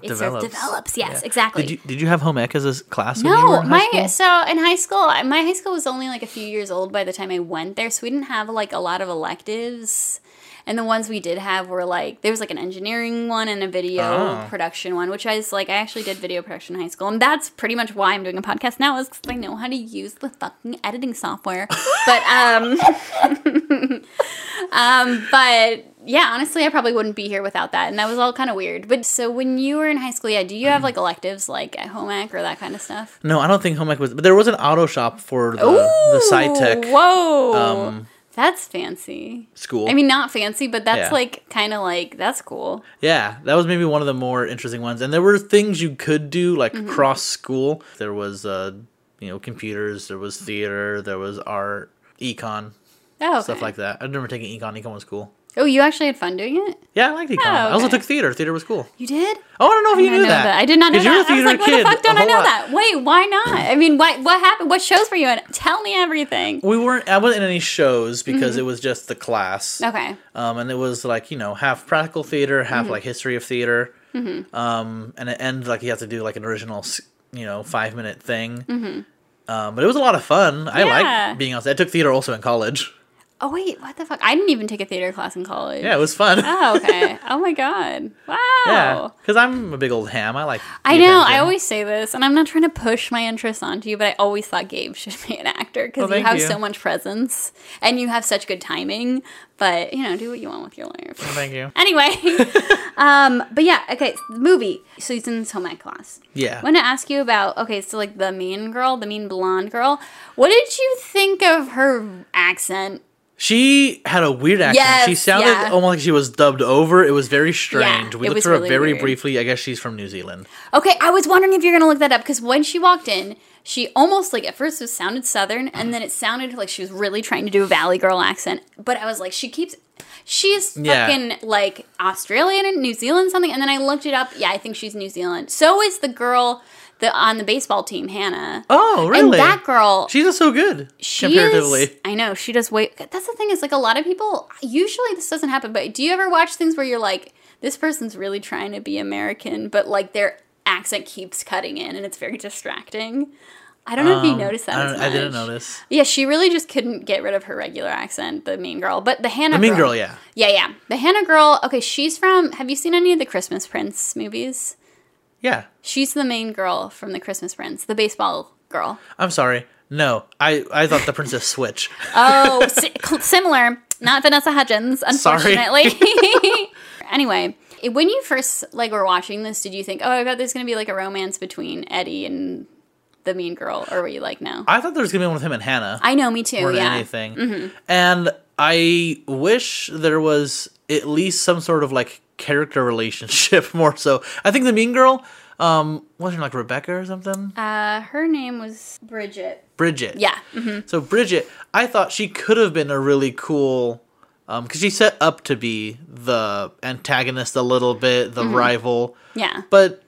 it sort
Develops.
of develops. Yes,
Yeah.
exactly.
Did you did you have home ec as a s- class? when you were
No,
in high
my
school?
so in high school, I- my high school was only like a few years old by the time I went there, so we didn't have like a lot of electives. And the ones we did have were like there was like an engineering one and a video
Oh.
production one, which I was like I actually did video production in high school, and that's pretty much why I'm doing a podcast now is because I know how to use the fucking editing software. but um, um, but yeah, honestly, I probably wouldn't be here without that, and that was all kind of weird. But so when you were in high school, yeah, do you have like electives like at home ec or that kind of stuff?
No, I don't think home ec was, but there was an auto shop for the the sci tech.
Whoa.
um,
that's fancy.
school.
I mean, not fancy, but that's
Yeah.
like kind of like, that's cool.
yeah, that was maybe one of the more interesting ones. And there were things you could do like
Mm-hmm.
cross school. There was uh, you know, computers, there was theater, there was art, econ,
Oh,
stuff
okay.
like that. I remember taking econ. Econ was cool.
Oh, you actually had fun doing it?
Yeah, I liked econ. I also
Oh, okay.
took theater. Theater was cool.
You did?
Oh, I don't know if you
I
knew that.
I did not know
'Cause
that.
You're a
I was
theater
like, what
kid.
the fuck don't
a
I
whole
know
lot.
that? Wait, why not? I mean, why, what happened? What shows were you in? Tell me everything.
We weren't. I wasn't in any shows because it was just the class.
Mm-hmm. Okay.
um, and it was like you know half practical theater,
Mm-hmm.
half like history of theater, um, and it ended like you have to do like an original, s- you know, five minute thing. Um, but it was a lot of fun. I
Mm-hmm. Yeah.
liked being outside. I took theater also in college.
Oh wait, what the fuck? I didn't even take a theater class in college.
Yeah, it was fun.
Oh okay. oh my god. Wow.
yeah, because I'm a big old ham. I like.
I know. I
attention.
always say this, and I'm not trying to push my interests onto you, but I always thought Gabe should be an actor because
Well,
you
thank
have
you.
so much presence and you have such good timing. But you know, do what you want with your life.
Thank you.
anyway, um, but yeah, okay, movie. So he's in his home ec class.
Yeah.
I want to ask you about okay, so like the mean girl, the mean blonde girl. What did you think of her accent?
She had a weird accent. she
Yes,
sounded
yeah.
almost like she was dubbed over. It was very strange. we
it
looked
was
her
really
up very
weird.
briefly. I guess she's from New Zealand.
Okay, I was wondering if you're gonna look that up because when she walked in, she almost like at first it sounded southern, and then it sounded like she was really trying to do a valley girl accent. But I was like, she keeps, she's
Yeah.
fucking like Australian and New Zealand something. And then I looked it up. Yeah, I think she's New Zealand. So is the girl that on the baseball team, Hannah.
Oh, really?
And that girl,
She's not so good
she
comparatively.
is- I know she does wait. That's the thing is like a lot of people. Usually this doesn't happen, but do you ever watch things where you're like, this person's really trying to be American, but like their accent keeps cutting in and it's very distracting. I don't know if you
Um,
noticed that.
I,
as
don't- I didn't
much.
notice.
Yeah, she really just couldn't get rid of her regular accent, the mean girl. But the Hannah,
The mean girl, yeah.
yeah, yeah. The Hannah girl. Okay, she's from. Have you seen any of the Christmas Prince movies?
Yeah.
She's the main girl from the Christmas Prince, the baseball girl.
I'm sorry. No, I, I thought the princess switch.
Oh, si- cl- similar. Not Vanessa Hudgens,
Sorry.
unfortunately. anyway, it- when you first like were watching this, did you think, "Oh, I bet there's going to be like a romance between Eddie and the mean girl," or were you like, "No"? I,
I thought there was gonna be one with him and Hannah.
know, me too.
more than
Yeah, Mm-hmm.
anything. And I wish there was at least some sort of like character relationship more so. I think the mean girl, um, wasn't it like Rebecca or something?
uh, her name was Bridget. Mm-hmm.
Bridget.
Yeah,
So Bridget, I thought she could have been a really cool um cuz she set up to be the antagonist a little bit,
Mm-hmm.
the rival.
yeah.
But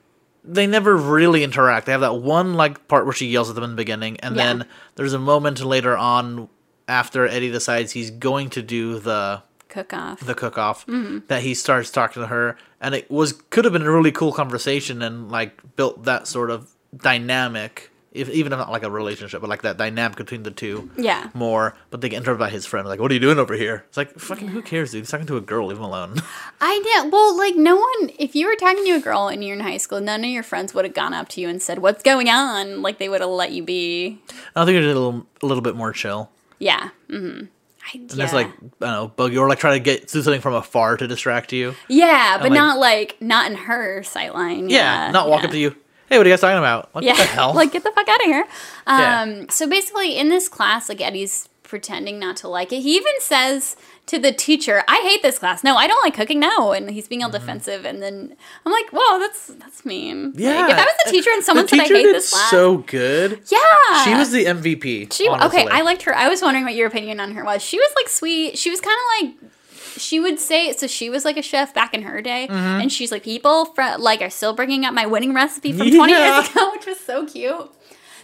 they never really interact. They have that one like part where she yells at them in the beginning and
Yeah.
then there's a moment later on after Eddie decides he's going to do the
Cook off.
the cook off
Mm-hmm.
that he starts talking to her and it was could have been a really cool conversation and like built that sort of dynamic if even if not like a relationship but like that dynamic between the two
Yeah.
more but they get interrupted by his friend like what are you doing over here it's like fucking who cares dude he's talking to a girl leave him alone
I did. Well, like no one. If you were talking to a girl and you're in high school, none of your friends would have gone up to you and said, "What's going on?" Like they would have let you be.
i think it's a little, a little bit more chill
Yeah. Mm-hmm. I,
and it's like i don't know bug you or like try to get do something from afar to distract you
Yeah, but
like-
not like not in her sight line.
yeah, not walk
yeah.
up to you hey what are you guys talking about what
Yeah,
the hell
like get the fuck out of here.
Yeah.
Um, so basically, in this class, like Eddie's pretending not to like it. He even says to the teacher, "I hate this class. No, I don't like cooking. No," and he's being all
Mm-hmm.
defensive. And then I'm like, "Whoa, that's that's mean." Like,
yeah
if I was a teacher and someone
the
said, "I
teacher
hate
did
this class,"
so good
yeah,
She was the MVP.
She
honestly.
okay. I liked her. I was wondering what your opinion on her was. She was like sweet. She was kind of like she would say. So she was like a chef back in her day,
Mm-hmm.
and she's like people fr- like are still bringing up my winning recipe from twenty years
Yeah.
ago, which was so cute.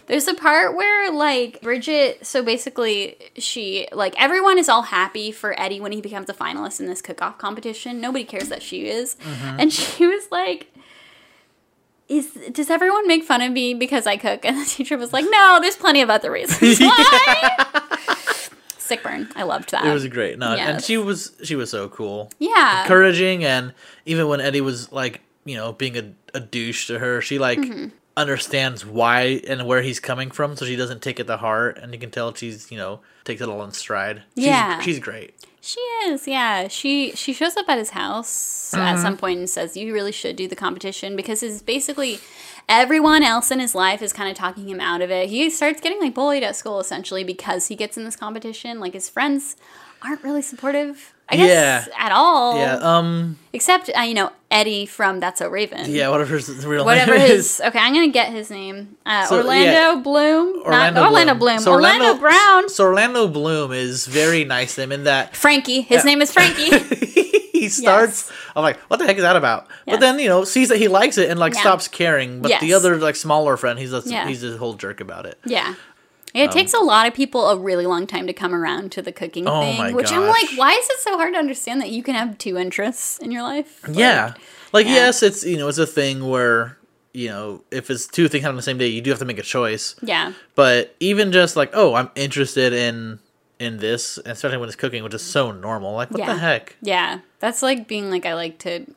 There's a part where like Bridget. So basically, she like everyone is all happy for Eddie when he becomes a finalist in this cook-off competition. Nobody cares that she is,
Mm-hmm.
and she was like is does everyone make fun of me because I cook? And the teacher was like, No, there's plenty of other reasons why. Sick burn. I loved that.
It was great. No, and
Yes.
she was she was so cool,
yeah.
encouraging, and even when Eddie was like, you know, being a, a douche to her, she like
Mm-hmm.
understands why and where he's coming from, so she doesn't take it to heart, and you can tell she's you know takes it all in stride. She's,
Yeah.
she's great.
she is, yeah. She she shows up at his house at
Mm-hmm.
some point and says, You really should do the competition because it's basically everyone else in his life is kind of talking him out of it. He starts getting like bullied at school essentially because he gets in this competition. Like his friends aren't really supportive. I guess at all.
Yeah. Um.
Except uh, you know, Eddie from That's So Raven.
Yeah. Whatever his real
whatever
name
his okay i'm gonna get his name uh,
So,
orlando
yeah.
bloom orlando not, orlando bloom,
So
orlando, brown
So Orlando Bloom is very nice to him in that
frankie his
Yeah.
name is frankie
he starts i'm like what the heck is that about
Yes.
but then you know sees that he likes it and like
Yeah.
stops caring but the
Yes.
other like smaller friend he's a
Yeah.
he's a whole jerk about it
yeah it takes a lot of people a really long time to come around to the cooking
Um, Oh
thing
my
which i'm like
gosh.
why is it so hard to understand that you can have two interests in your life Like,
yeah like yes it's you know it's a thing where you know if it's two things happening on the same day you do have to make a choice
yeah
but even just like oh i'm interested in in this, especially when it's cooking, which is so normal. Like, what
yeah.
the heck?
Yeah. That's like being like, I like to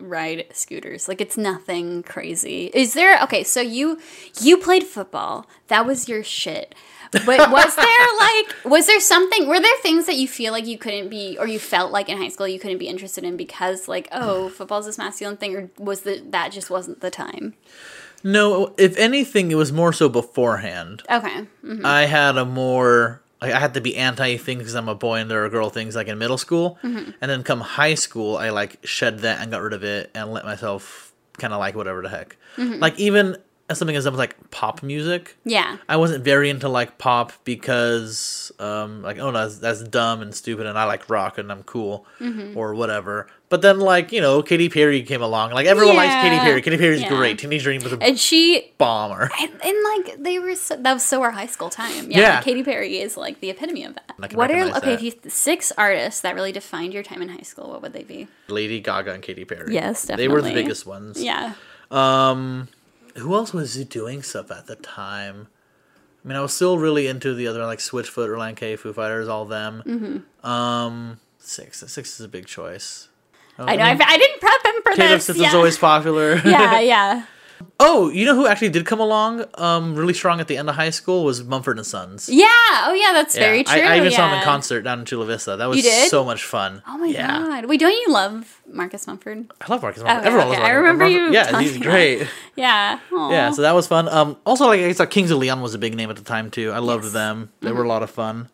ride scooters. Like it's nothing crazy. Is there okay, so you you played football. That was your shit. But was there like was there something were there things that you feel like you couldn't be or you felt like in high school you couldn't be interested in because like, oh, football's this masculine thing or was the, that just wasn't the time?
No, if anything, it was more so beforehand.
Okay. Mm.
I had a more like I had to be anti things because I'm a boy and there are girl things like in middle school,
Mm-hmm.
and then come high school, I like shed that and got rid of it and let myself kind of like whatever the heck.
Mm-hmm.
Like even as something as I was like pop music,
Yeah.
I wasn't very into like pop because um like oh no that's, that's dumb and stupid and I like rock and I'm cool
Mm-hmm.
or whatever. But then like you know Katy Perry came along like everyone likes Katy
Yeah.
Perry. Katy Perry's
Yeah.
great. Teenage Dream was a
And she
bomber.
and, and like they were so, that was so our high school time. Yeah,
Yeah.
Katy Perry is like the epitome of
I
that.
can
What are
recognize
okay?
that.
If you six artists that really defined your time in high school, what would they be?
Lady Gaga and Katy Perry.
Yes,
They were the
definitely.
biggest ones.
Yeah,
Um, who else was doing stuff at the time? I mean, I was still really into the other like Switchfoot, Reliant K, Foo Fighters, all them.
Mm-hmm.
Um, six, six is a big choice.
I know. I, I didn't prep him for
Oh, Taylor
this.
Swift
Yeah.
was always popular.
yeah, yeah.
oh, you know who actually did come along, um, really strong at the end of high school was Mumford and Sons.
Yeah. Oh, yeah. That's
Yeah,
very true.
I, I even saw them
yeah.
in concert down in Chula Vista. That was
You did?
so much fun.
Oh my god. Wait, don't you love Marcus Mumford?
I love Marcus.
Oh,
Mumford. Everyone
okay.
loves
I
Marcus
remember
Mumford.
you
Yeah, he's
talking about-
great.
Yeah.
Yeah,
Aw.
so that was fun. Um, also, like I saw Kings of Leon was a big name at the time too. I loved
Yes.
them; they were a lot of fun.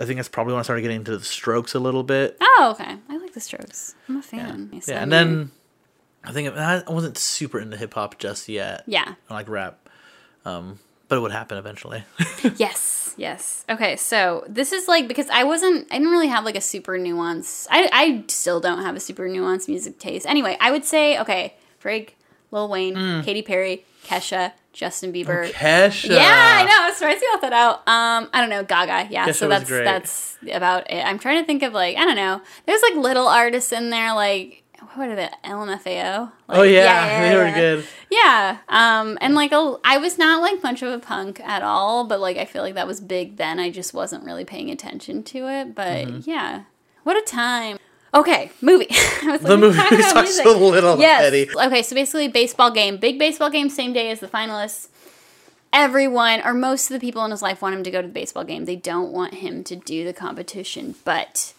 I think that's probably when I started getting into the Strokes a little bit.
oh, okay. I like the Strokes. I'm a fan. I saw
yeah, and
you.
then I think I wasn't super into hip hop just yet.
yeah.
I like rap, um, but it would happen eventually.
Yes, yes. Okay, so this is like because I wasn't, I didn't really have like a super nuanced. I, I still don't have a super nuanced music taste. Anyway, I would say okay, Drake, Lil Wayne, Katy Perry, Kesha, Justin Bieber.
Mm. Oh, Kesha,
Yeah, I know. I was surprised you got that out. Um, I don't know, Gaga. Yeah,
Kesha
so
was
that's
great.
that's about it. I'm trying to think of like I don't know. There's like little artists in there, like what are the LMFAO? Like,
Oh yeah, they were
yeah.
good.
Yeah. Um, and like a, I was not like much of a punk at all, but like I feel like that was big then. I just wasn't really paying attention to it. But
Mm-hmm.
yeah, what a time. Okay, movie. I was
The
like,
movie
talking
we
about
talked
music.
so little, Eddie.
Okay, so basically, baseball game, big baseball game, same day as the finalists. Everyone or most of the people in his life want him to go to the baseball game. They don't want him to do the competition, but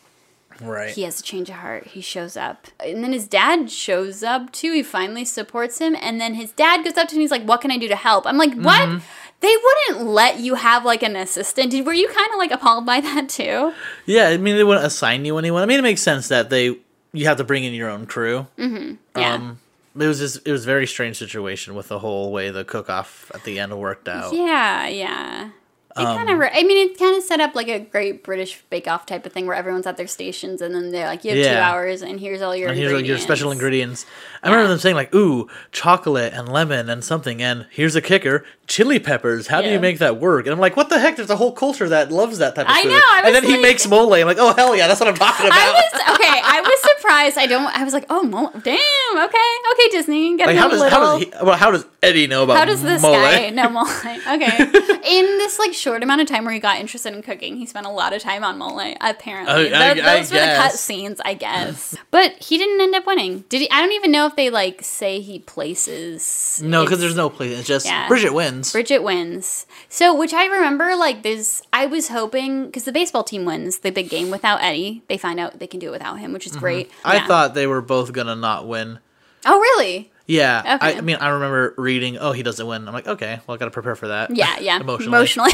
Right.
he has a change of heart. He shows up. And then his dad shows up too. He finally supports him. And then his dad goes up to him. He's like, What can I do to help? I'm like, What?
Mm-hmm.
They wouldn't let you have like an assistant. Did, were you kind of like appalled by that too?
Yeah, I mean they wouldn't assign you anyone. I mean it makes sense that they you have to bring in your own crew.
Mm. Yeah.
Um, it was just it was a very strange situation with the whole way the cook off at the end worked out.
yeah, yeah. It kind
Um,
of, I mean, it kind of set up like a great British Bake Off type of thing where everyone's at their stations and then they're like, you have two
Yeah.
hours and here's all your
And here's like your special
ingredients.
ingredients. I remember them saying like, "Ooh, chocolate and lemon and something." And here's a kicker: chili peppers. How do
Yeah.
you make that work? And I'm like, "What the heck?" There's a whole culture that loves that type of
I
food.
know, I
and
was
then he
like-
makes mole. I'm like, "Oh hell yeah, that's what I'm talking about."
I was okay. I was surprised. I don't. I was like, oh, mo- damn. Okay, okay, Disney. Get
like,
him
how
a
does
little.
how does he, well how does Eddie know about
How does this
mole?
guy know mole? Okay. in this like short amount of time where he got interested in cooking, he spent a lot of time on mole. Apparently,
Oh, I-
Tho-
I
those were the cut
guess.
scenes, I guess. but he didn't end up winning. Did he? I don't even know if they like say he places.
No, because
It's-
there's no place. It's just
Yeah.
Bridget wins.
Bridget wins. So, which I remember, like, there's, I was hoping, because the baseball team wins the big game without Eddie. They find out they can do it without him, which is great.
Mm-hmm. I
Yeah.
thought they were both gonna not win.
Oh, really?
Yeah, I,
Okay.
I mean, I remember reading, "Oh, he doesn't win." I'm like, okay, well, I gotta prepare for that.
Yeah, yeah.
emotionally.
Emotionally.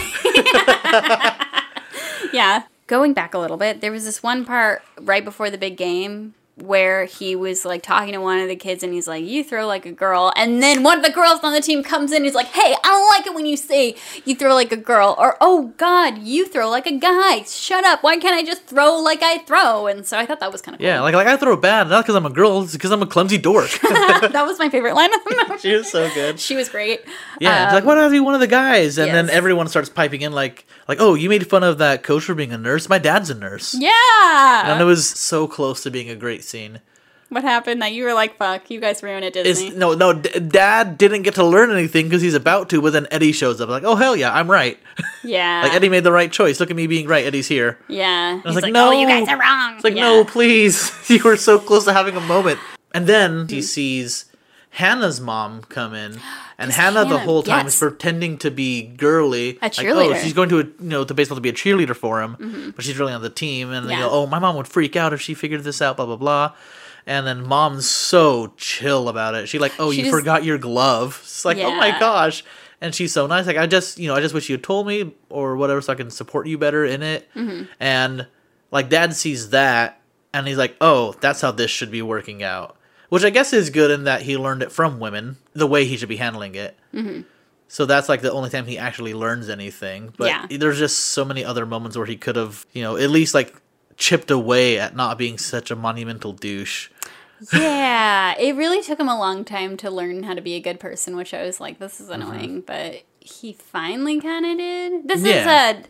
yeah. Going back a little bit, there was this one part right before the big game where he was like talking to one of the kids and he's like, You throw like a girl. And then one of the girls on the team comes in he's like, Hey, I don't like it when you say you throw like a girl. Or, Oh God, you throw like a guy. Shut up. Why can't I just throw like I throw? And so I thought that was kind of cool.
Yeah, like like I throw bad, not because I'm a girl, it's because I'm a clumsy dork.
that was my favorite line of the movie.
she was so good. Um,
She was great. Um,
Yeah, it's like why don't I be one of the guys? And then
yes.
everyone starts piping in like like oh you made fun of that coach for being a nurse. My dad's a nurse,
Yeah.
and it was so close to being a great scene.
What happened that you were like, fuck, you guys ruined it,
It's,
Disney?
no, no. D- Dad didn't get to learn anything because he's about to, but then Eddie shows up. Like, oh hell yeah, I'm right.
yeah.
like Eddie made the right choice. Look at me being right. Eddie's here.
Yeah. He's
was
like,
like,
oh, you
"No."
guys are wrong.
It's like,
yeah.
no, please. you were so close to having a moment. And
Mm-hmm.
then he sees Hannah's mom come in, and Hannah, the
Hannah,
whole time
yes.
is pretending to be girly.
A
Like, oh,
cheerleader. Mm-hmm.
she's going to a, you know to baseball to be a cheerleader for him, but she's really on the team. And they
Yeah.
go, oh, my mom would freak out if she figured this out. Blah blah blah. And then mom's so chill about it. She like, oh,
She
you
just-
forgot your glove. It's like, oh my
Yeah.
gosh. And she's so nice. Like I just, you know, I just wish you had told me or whatever, so I can support you better in it.
Mm-hmm.
And like dad sees that, and he's like, oh, that's how this should be working out. Which I guess is good in that he learned it from women, the way he should be handling it.
Mm-hmm.
So that's like the only time he actually learns anything. But
Yeah.
there's just so many other moments where he could have, you know, at least like chipped away at not being such a monumental douche.
yeah. It really took him a long time to learn how to be a good person, which I was like, this is annoying, but he finally kind of did. This
Yeah.
is a.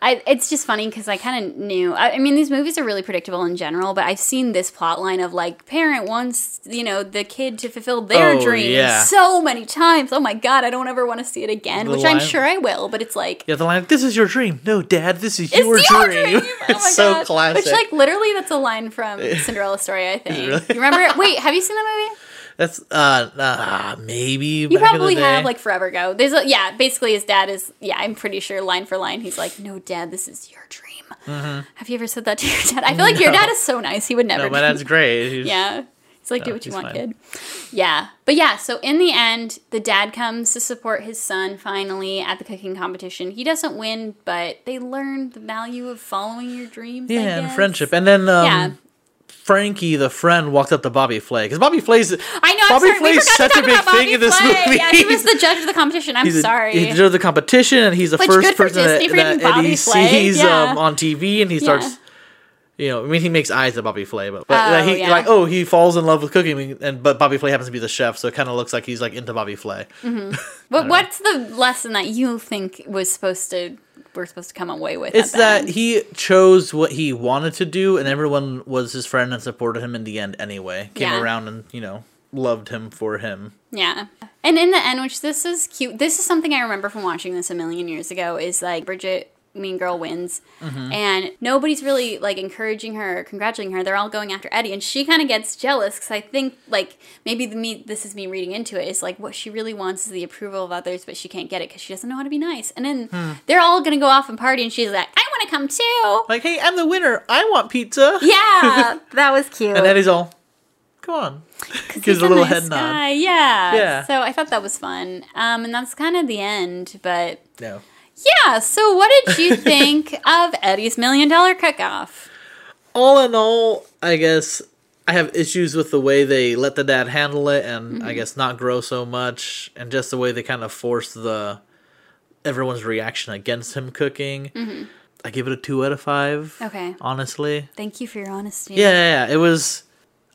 I, it's just funny because I kind of knew. I, I mean, these movies are really predictable in general, but I've seen this plot line of like parent wants you know the kid to fulfill their
Oh,
dreams
yeah.
so many times. Oh my god, I don't ever want to see it again,
The
which I'm
line-
sure I will. But it's like
Yeah, the line, "This is your dream." No, Dad, this is
It's
your
your
dream.
dream! Oh
it's
my
so
God.
classic.
Which, like, literally, that's a line from Cinderella Story. I think.
really?
You remember? Wait, have you seen that movie?
That's uh, uh maybe
You
back in the
probably
day.
have, like, forever ago. There's a yeah. Basically, his dad is yeah. I'm pretty sure line for line, he's like, "No, dad, this is your dream." Have you ever said that to your dad? I feel like your
Mm-hmm. No.
dad is so nice. He would never.
no, my
do
dad's oh, great. He's-
yeah. He's like, do what you
he's
want,
fine.
kid. Yeah. But yeah, so in the end, the dad comes to support his son finally at the cooking competition. He doesn't win, but they learn the value of following your dreams. I
Yeah, and
guess.
friendship, and then um,
Yeah.
Frankie, the friend, walked up to Bobby Flay because Bobby Flay's
I know.
Bobby
I'm sorry. we
Flay's
forgot
such
to
a
talk
big
about Bobby
thing in this
Flay.
movie.
Yeah, he was the judge of the competition. I'm
He's a-
sorry.
He did the competition, and he's the
Which, good
first
for
person
Disney
that,
for
that
even Bobby
Eddie
Flay,
sees
yeah.
um, on TV, and he
Yeah.
starts. You know, I mean, he makes eyes at Bobby Flay, but, but
Oh,
uh, he
yeah.
like, oh, he falls in love with cooking, and but Bobby Flay happens to be the chef, so it kind of looks like he's like into Bobby Flay.
but what's the lesson that you think was supposed to we're supposed to come away with?
It's
at the
that
end?
he chose what he wanted to do, and everyone was his friend and supported him in the end anyway. Came
Yeah.
around and you know loved him for him.
Yeah. And in the end, which this is cute, this is something I remember from watching this a million years ago, is like Bridget Mean Girl wins,
Mm-hmm.
and nobody's really like encouraging her or congratulating her. They're all going after Eddie, and she kind of gets jealous because I think like maybe the me this is me reading into it is like what she really wants is the approval of others, but she can't get it because she doesn't know how to be nice. And then
Hmm.
they're all gonna go off and party, and she's like, I want to come too.
Like, hey, I'm the winner. I want pizza.
Yeah, that was cute.
And Eddie's all, come on, gives
He's
a little
nice
head nod.
guy, Yeah.
Yeah.
So I thought that was fun. Um, and that's kind of the end. But
No.
yeah, so what did you think of Eddie's Million Dollar Cook Off?
all in all, I guess I have issues with the way they let the dad handle it, and
Mm-hmm.
I guess not grow so much, and just the way they kind of force the everyone's reaction against him cooking. I give it a two out of five.
Mm-hmm. Okay.
honestly,
Thank you for your honesty.
yeah, yeah, yeah. it was.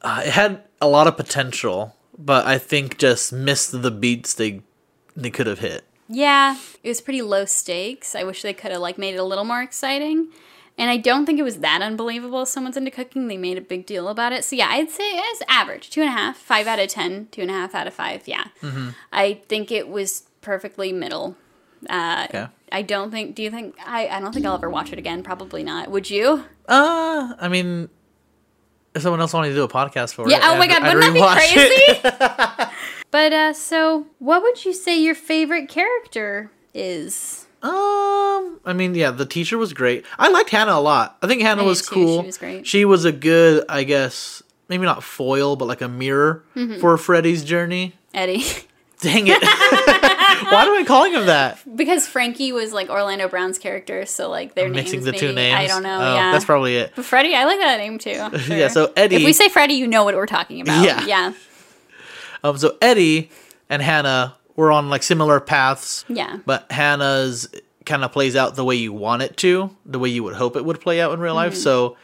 Uh, it had a lot of potential, but I think just missed the beats they they could have hit.
Yeah. It was pretty low stakes. I wish they could have like made it a little more exciting. And I don't think it was that unbelievable. If someone's into cooking, they made a big deal about it. So yeah, I'd say it's average. Two and a half, five out of ten, two and a half out of five. Yeah.
Mm-hmm.
I think it was perfectly middle. Uh,
Okay.
I don't think. Do you think? I, I don't think I'll ever watch it again. Probably not. Would you?
Uh, I mean, if someone else wanted to do a podcast for
Yeah.
it,
Oh my
I'd-
god,
I'd
wouldn't
rewatch it.
that be crazy? but uh, so, what would you say your favorite character is?
Um, I mean, yeah, the teacher was great. I liked Hannah a lot. I think Hannah
I
was
did too.
cool.
She was great.
She was a good, I guess, maybe not foil, but like a mirror
Mm-hmm.
for Freddy's journey.
Eddie,
Dang it! Why am I calling him that?
because Frankie was like Orlando Brown's character, so like their
Mixing
names.
the two
maybe.
names.
I don't know.
Oh,
yeah,
that's probably it.
But Freddie, I like that name too. I'm
Yeah.
sure.
So Eddie.
if we say Freddie, you know what we're talking about.
Yeah.
Yeah.
Um, so Eddie and Hannah were on like similar paths.
Yeah.
But Hannah's kind of plays out the way you want it to, the way you would hope it would play out in real
Mm-hmm.
life. So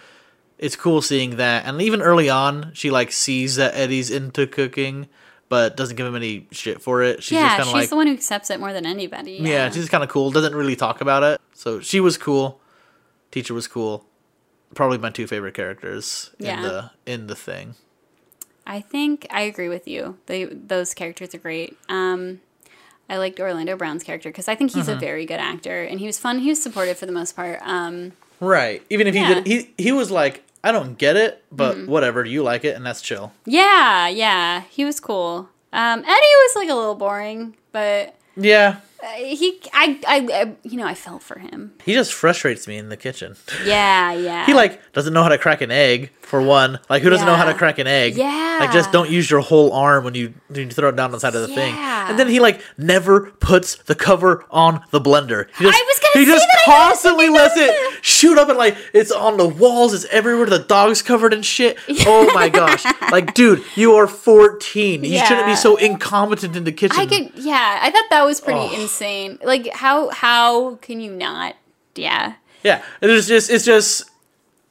it's cool seeing that. And even early on, she like sees that Eddie's into cooking, but doesn't give him any shit for it. She's
yeah, she's
just kind of
the
like,
one who accepts it more than anybody. Yeah,
yeah, she's kind of cool. Doesn't really talk about it. So she was cool. Teacher was cool. Probably my two favorite characters
Yeah.
in the in the thing.
I think I agree with you. They those characters are great. Um, I liked Orlando Brown's character because I think he's a very good actor and he was fun. He was supportive for the most part. Um,
Right. Even if he
Yeah.
did, he he was like, I don't get it, but whatever, you like it, and that's chill.
yeah, yeah, he was cool. Um, Eddie was like a little boring, but
Yeah.
uh, he, I, I, I, you know, I felt for him.
He just frustrates me in the kitchen.
Yeah, yeah.
He like doesn't know how to crack an egg for one. Like who doesn't know how to
Yeah.
crack an egg?
Yeah.
Like just don't use your whole arm when you, when you throw it down the side of the thing.
Yeah.
And then he like never puts the cover on the blender. He just,
I was gonna say
He just
that, I noticed that
constantly
he
lets
does
it shoot up and like it's on the walls. It's everywhere. The dog's covered in shit. Oh my gosh! Like dude, you are fourteen. You shouldn't
Yeah.
be so incompetent in the kitchen.
I could, yeah, I thought that was pretty
Oh.
insane. Like, how, how can you not? Yeah.
Yeah, it's just it's just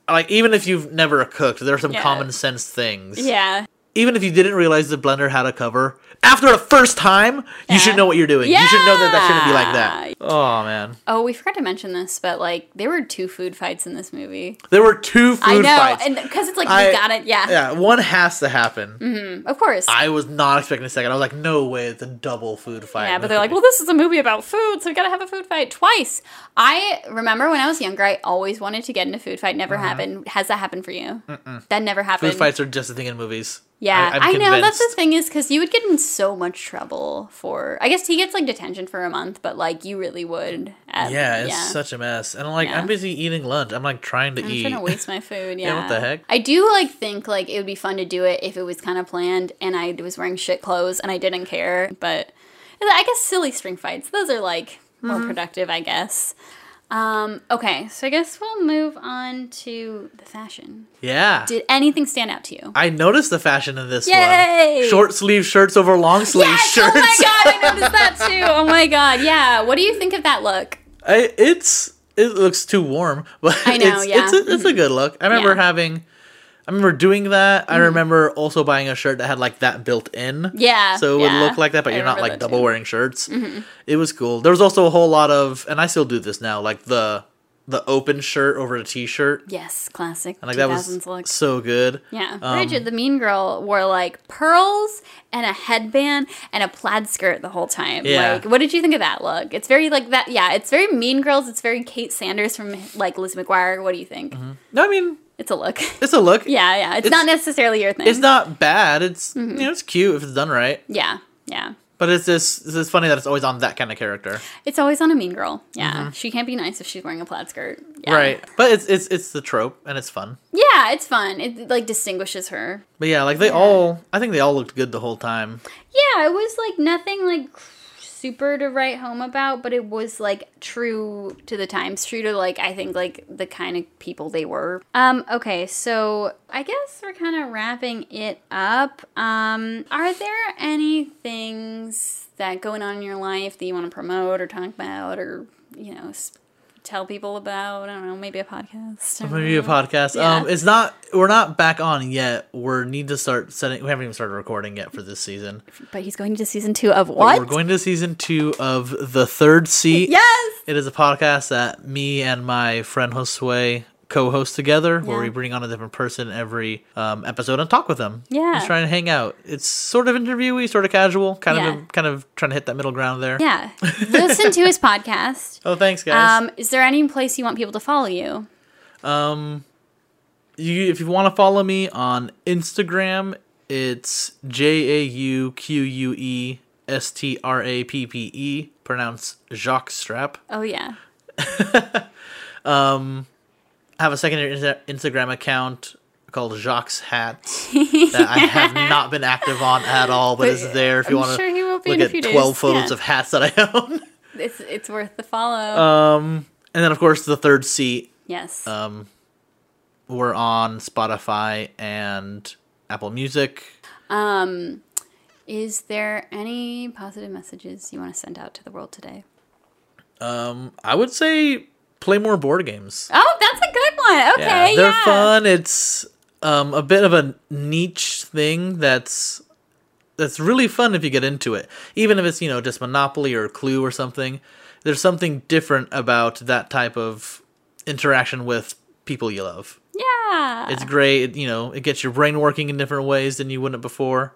like even if you've never cooked, there are some
Yeah.
common sense things.
Yeah.
Even if you didn't realize the blender had a cover after the first time, you
Yeah.
should know what you're doing. You should know that that shouldn't be like
Yeah.
that. Oh man,
Oh, we forgot to mention this, but like, there were two food fights in this movie.
there were two food
I know,
fights.
and because it's like
I-
we got it, yeah,
yeah, one has to happen.
Mm-hmm. of course.
I was not expecting a second. I was like, no way, it's a double food fight.
yeah, but they're like, well, this is a movie about food, so we gotta have a food fight twice. I remember when I was younger, I always wanted to get in a food fight. Never happened. Has that happened for you? That never happened.
Uh-huh. food fights are just a thing in movies.
Yeah,
I'm
I, know. That's the
convinced.
thing is because you would get in so much trouble for. I guess he gets like detention for a month, but like you really would. At,
Yeah, it's such a mess. And I'm like,
Yeah.
I'm busy eating lunch. I'm like trying to
I'm
eat.
trying to waste my food. Yeah.
Yeah, what the heck?
I do like think like it would be fun to do it if it was kind of planned and I was wearing shit clothes and I didn't care. But I guess silly string fights. Those are like more productive, I guess. Um, okay, so I guess we'll move on to the fashion.
yeah.
Did anything stand out to you?
I noticed the fashion in this
Yay!
one. Short sleeve shirts over long sleeve
Yes! Oh
shirts.
my god, I noticed that too. Oh my god, yeah. What do you think of that look?
I, it's it looks too warm, but
I know,
it's,
yeah.
it's, a, it's a good look. I remember
Yeah. Mm-hmm.
having, I remember doing that. I remember also buying a shirt that had like that built in.
Yeah,
So it would
yeah.
look like that, but
I
you're not
remember that
like double
too. Mm-hmm.
wearing shirts. It was cool. There was also a whole lot of, and I still do this now, like the the open shirt over a t-shirt.
Yes, classic.
Like
2000s
that was
look.
so good.
Yeah,
Um,
Bridget, the mean girl, wore like pearls and a headband and a plaid skirt the whole time.
Yeah.
Like, what did you think of that look? It's very like that. Yeah, it's very Mean Girls. It's very Kate Sanders from like Lizzie McGuire. What do you think?
No, I mean
It's a look.
Mm-hmm. it's a look.
yeah, Mm-hmm. yeah. It's, not necessarily your thing.
It's not bad. It's you know it's cute if it's done right.
yeah, yeah.
But it's just it's just funny that it's always on that kind of character,
It's always on a mean girl. Yeah, she can't be nice if she's wearing a plaid skirt. Yeah.
Mm-hmm. right? But it's it's it's the trope and it's fun.
Yeah, it's fun. It like distinguishes her.
But yeah, like they all, I think they all looked good the whole time.
Yeah, it was like nothing like super to write home about, but it was like true to the times, true to like I think like the kind of people they were. Um okay, so I guess we're kind of wrapping it up. Um are there any things that going on in your life that you want to promote or talk about or you know s- tell people about? I don't know, maybe a podcast. I don't
Maybe a
know.
podcast.
Mm-hmm. Yeah.
Um, it's not. We're not back on yet. We need to start setting. We haven't even started recording yet for this season.
But he's going to season 2 of what?
We're going to season two of the third seat.
yes.
It is a podcast that me and my friend Josue co-host together, where
Yeah.
we bring on a different person every um, episode and talk with them.
Yeah.
just trying to hang out. It's sort of interviewee, sort of casual, kind
Yeah.
of kind of trying to hit that middle ground there.
Yeah. Listen to his podcast.
Oh, thanks, guys.
Um, is there any place you want people to follow you?
you if you want to follow me on Instagram, it's J A U Q U E S T R A P P E, pronounced Jacques Strap.
Oh yeah,
I have a secondary Insta- Instagram account called Jacques Hats that I have not been active on at all, but,
But
it's there if you
I'm
want
sure he will be
to look
in a
at
few days,
12 photos
yeah.
of hats that I own.
it's it's worth the
Uh,
follow.
and then, of course, the third seat.
yes.
uh, We're on Spotify and Apple Music.
um, is there any positive messages you want to send out to the world today?
I would say play more board games.
Oh, that's a good one. Okay, yeah,
they're fun. It's um, a bit of a niche thing that's that's really fun if you get into it. Even if it's you know just Monopoly or Clue or something, there's something different about that type of interaction with people you love.
Yeah, Yeah.
It's great. It, you know, it gets your brain working in different ways than you wouldn't before.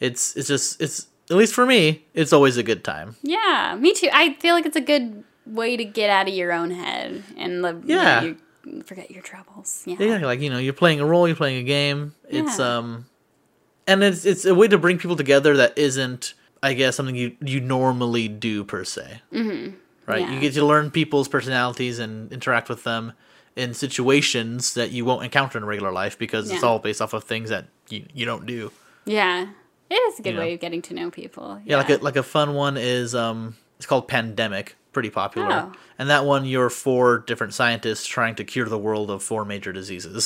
It's it's just it's at least for me, it's always a good time.
yeah. Me too. I feel like it's a good way to get out of your own head and live,
Yeah.
you, you forget your troubles. Yeah.
Yeah, like you know, you're playing a role, you're playing a game. It's
Yeah.
um, and it's it's a way to bring people together that isn't, I guess, something you you normally do per se. Mm-hmm. Right,
Yeah.
you get to learn people's personalities and interact with them in situations that you won't encounter in regular life because it's
Yeah.
all based off of things that you you don't do.
Yeah. It is a good
You know.
way of getting to know people.
Yeah, like a like a fun one is um it's called Pandemic, pretty popular.
Oh.
And that one you're four different scientists trying to cure the world of four major diseases.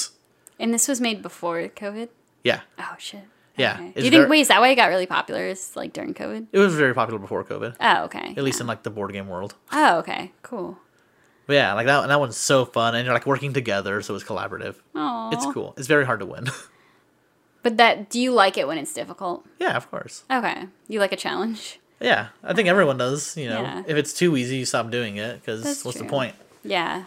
and this was made before COVID.
Yeah.
Oh shit.
Yeah,
Okay.
it's
Do you think
ver-
wait, is that why it got really popular? Is like during COVID?
It was very popular before COVID.
Oh, okay.
At least in like the board game world.
Oh, okay. Cool.
But yeah, like that that one's so fun and you're like working together, so it's collaborative.
Oh.
It's cool. It's very hard to win.
But that do you like it when it's difficult?
yeah, of course.
Okay. You like a challenge?
Yeah. I think everyone does, you know.
Yeah.
If it's too easy, you stop doing it cuz
That's
what's the
true.
point?
Yeah.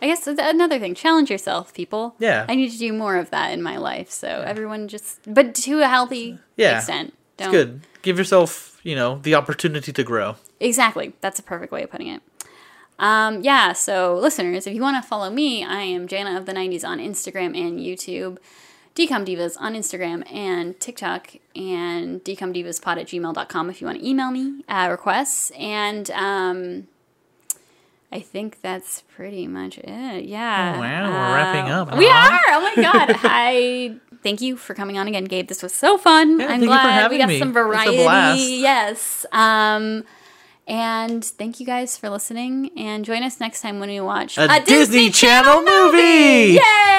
I guess that's another thing, challenge yourself, people.
Yeah.
I need to do more of that in my life. So everyone just but to a healthy
Yeah.
extent. Don't
It's good. Give yourself, you know, the opportunity to grow.
Exactly. That's a perfect way of putting it. Um, yeah, so listeners, if you want to follow me, I am Jana of the 90s on Instagram and YouTube, Decom Divas on Instagram and TikTok, and decomdivas.pod at gmail.com if you want to email me uh, requests. And um, I think that's pretty much it. Yeah. Um,
Oh, wow, we're wrapping up.
We
Aw.
are. Oh my God. I thank you for coming on again, Gabe. This was so fun.
Yeah,
I'm
thank you for
glad we
having
got
me.
some
It's a blast.
variety. Yes. Um, and thank you guys for listening. And join us next time when we watch
a, Disney, Channel movie.
Yay!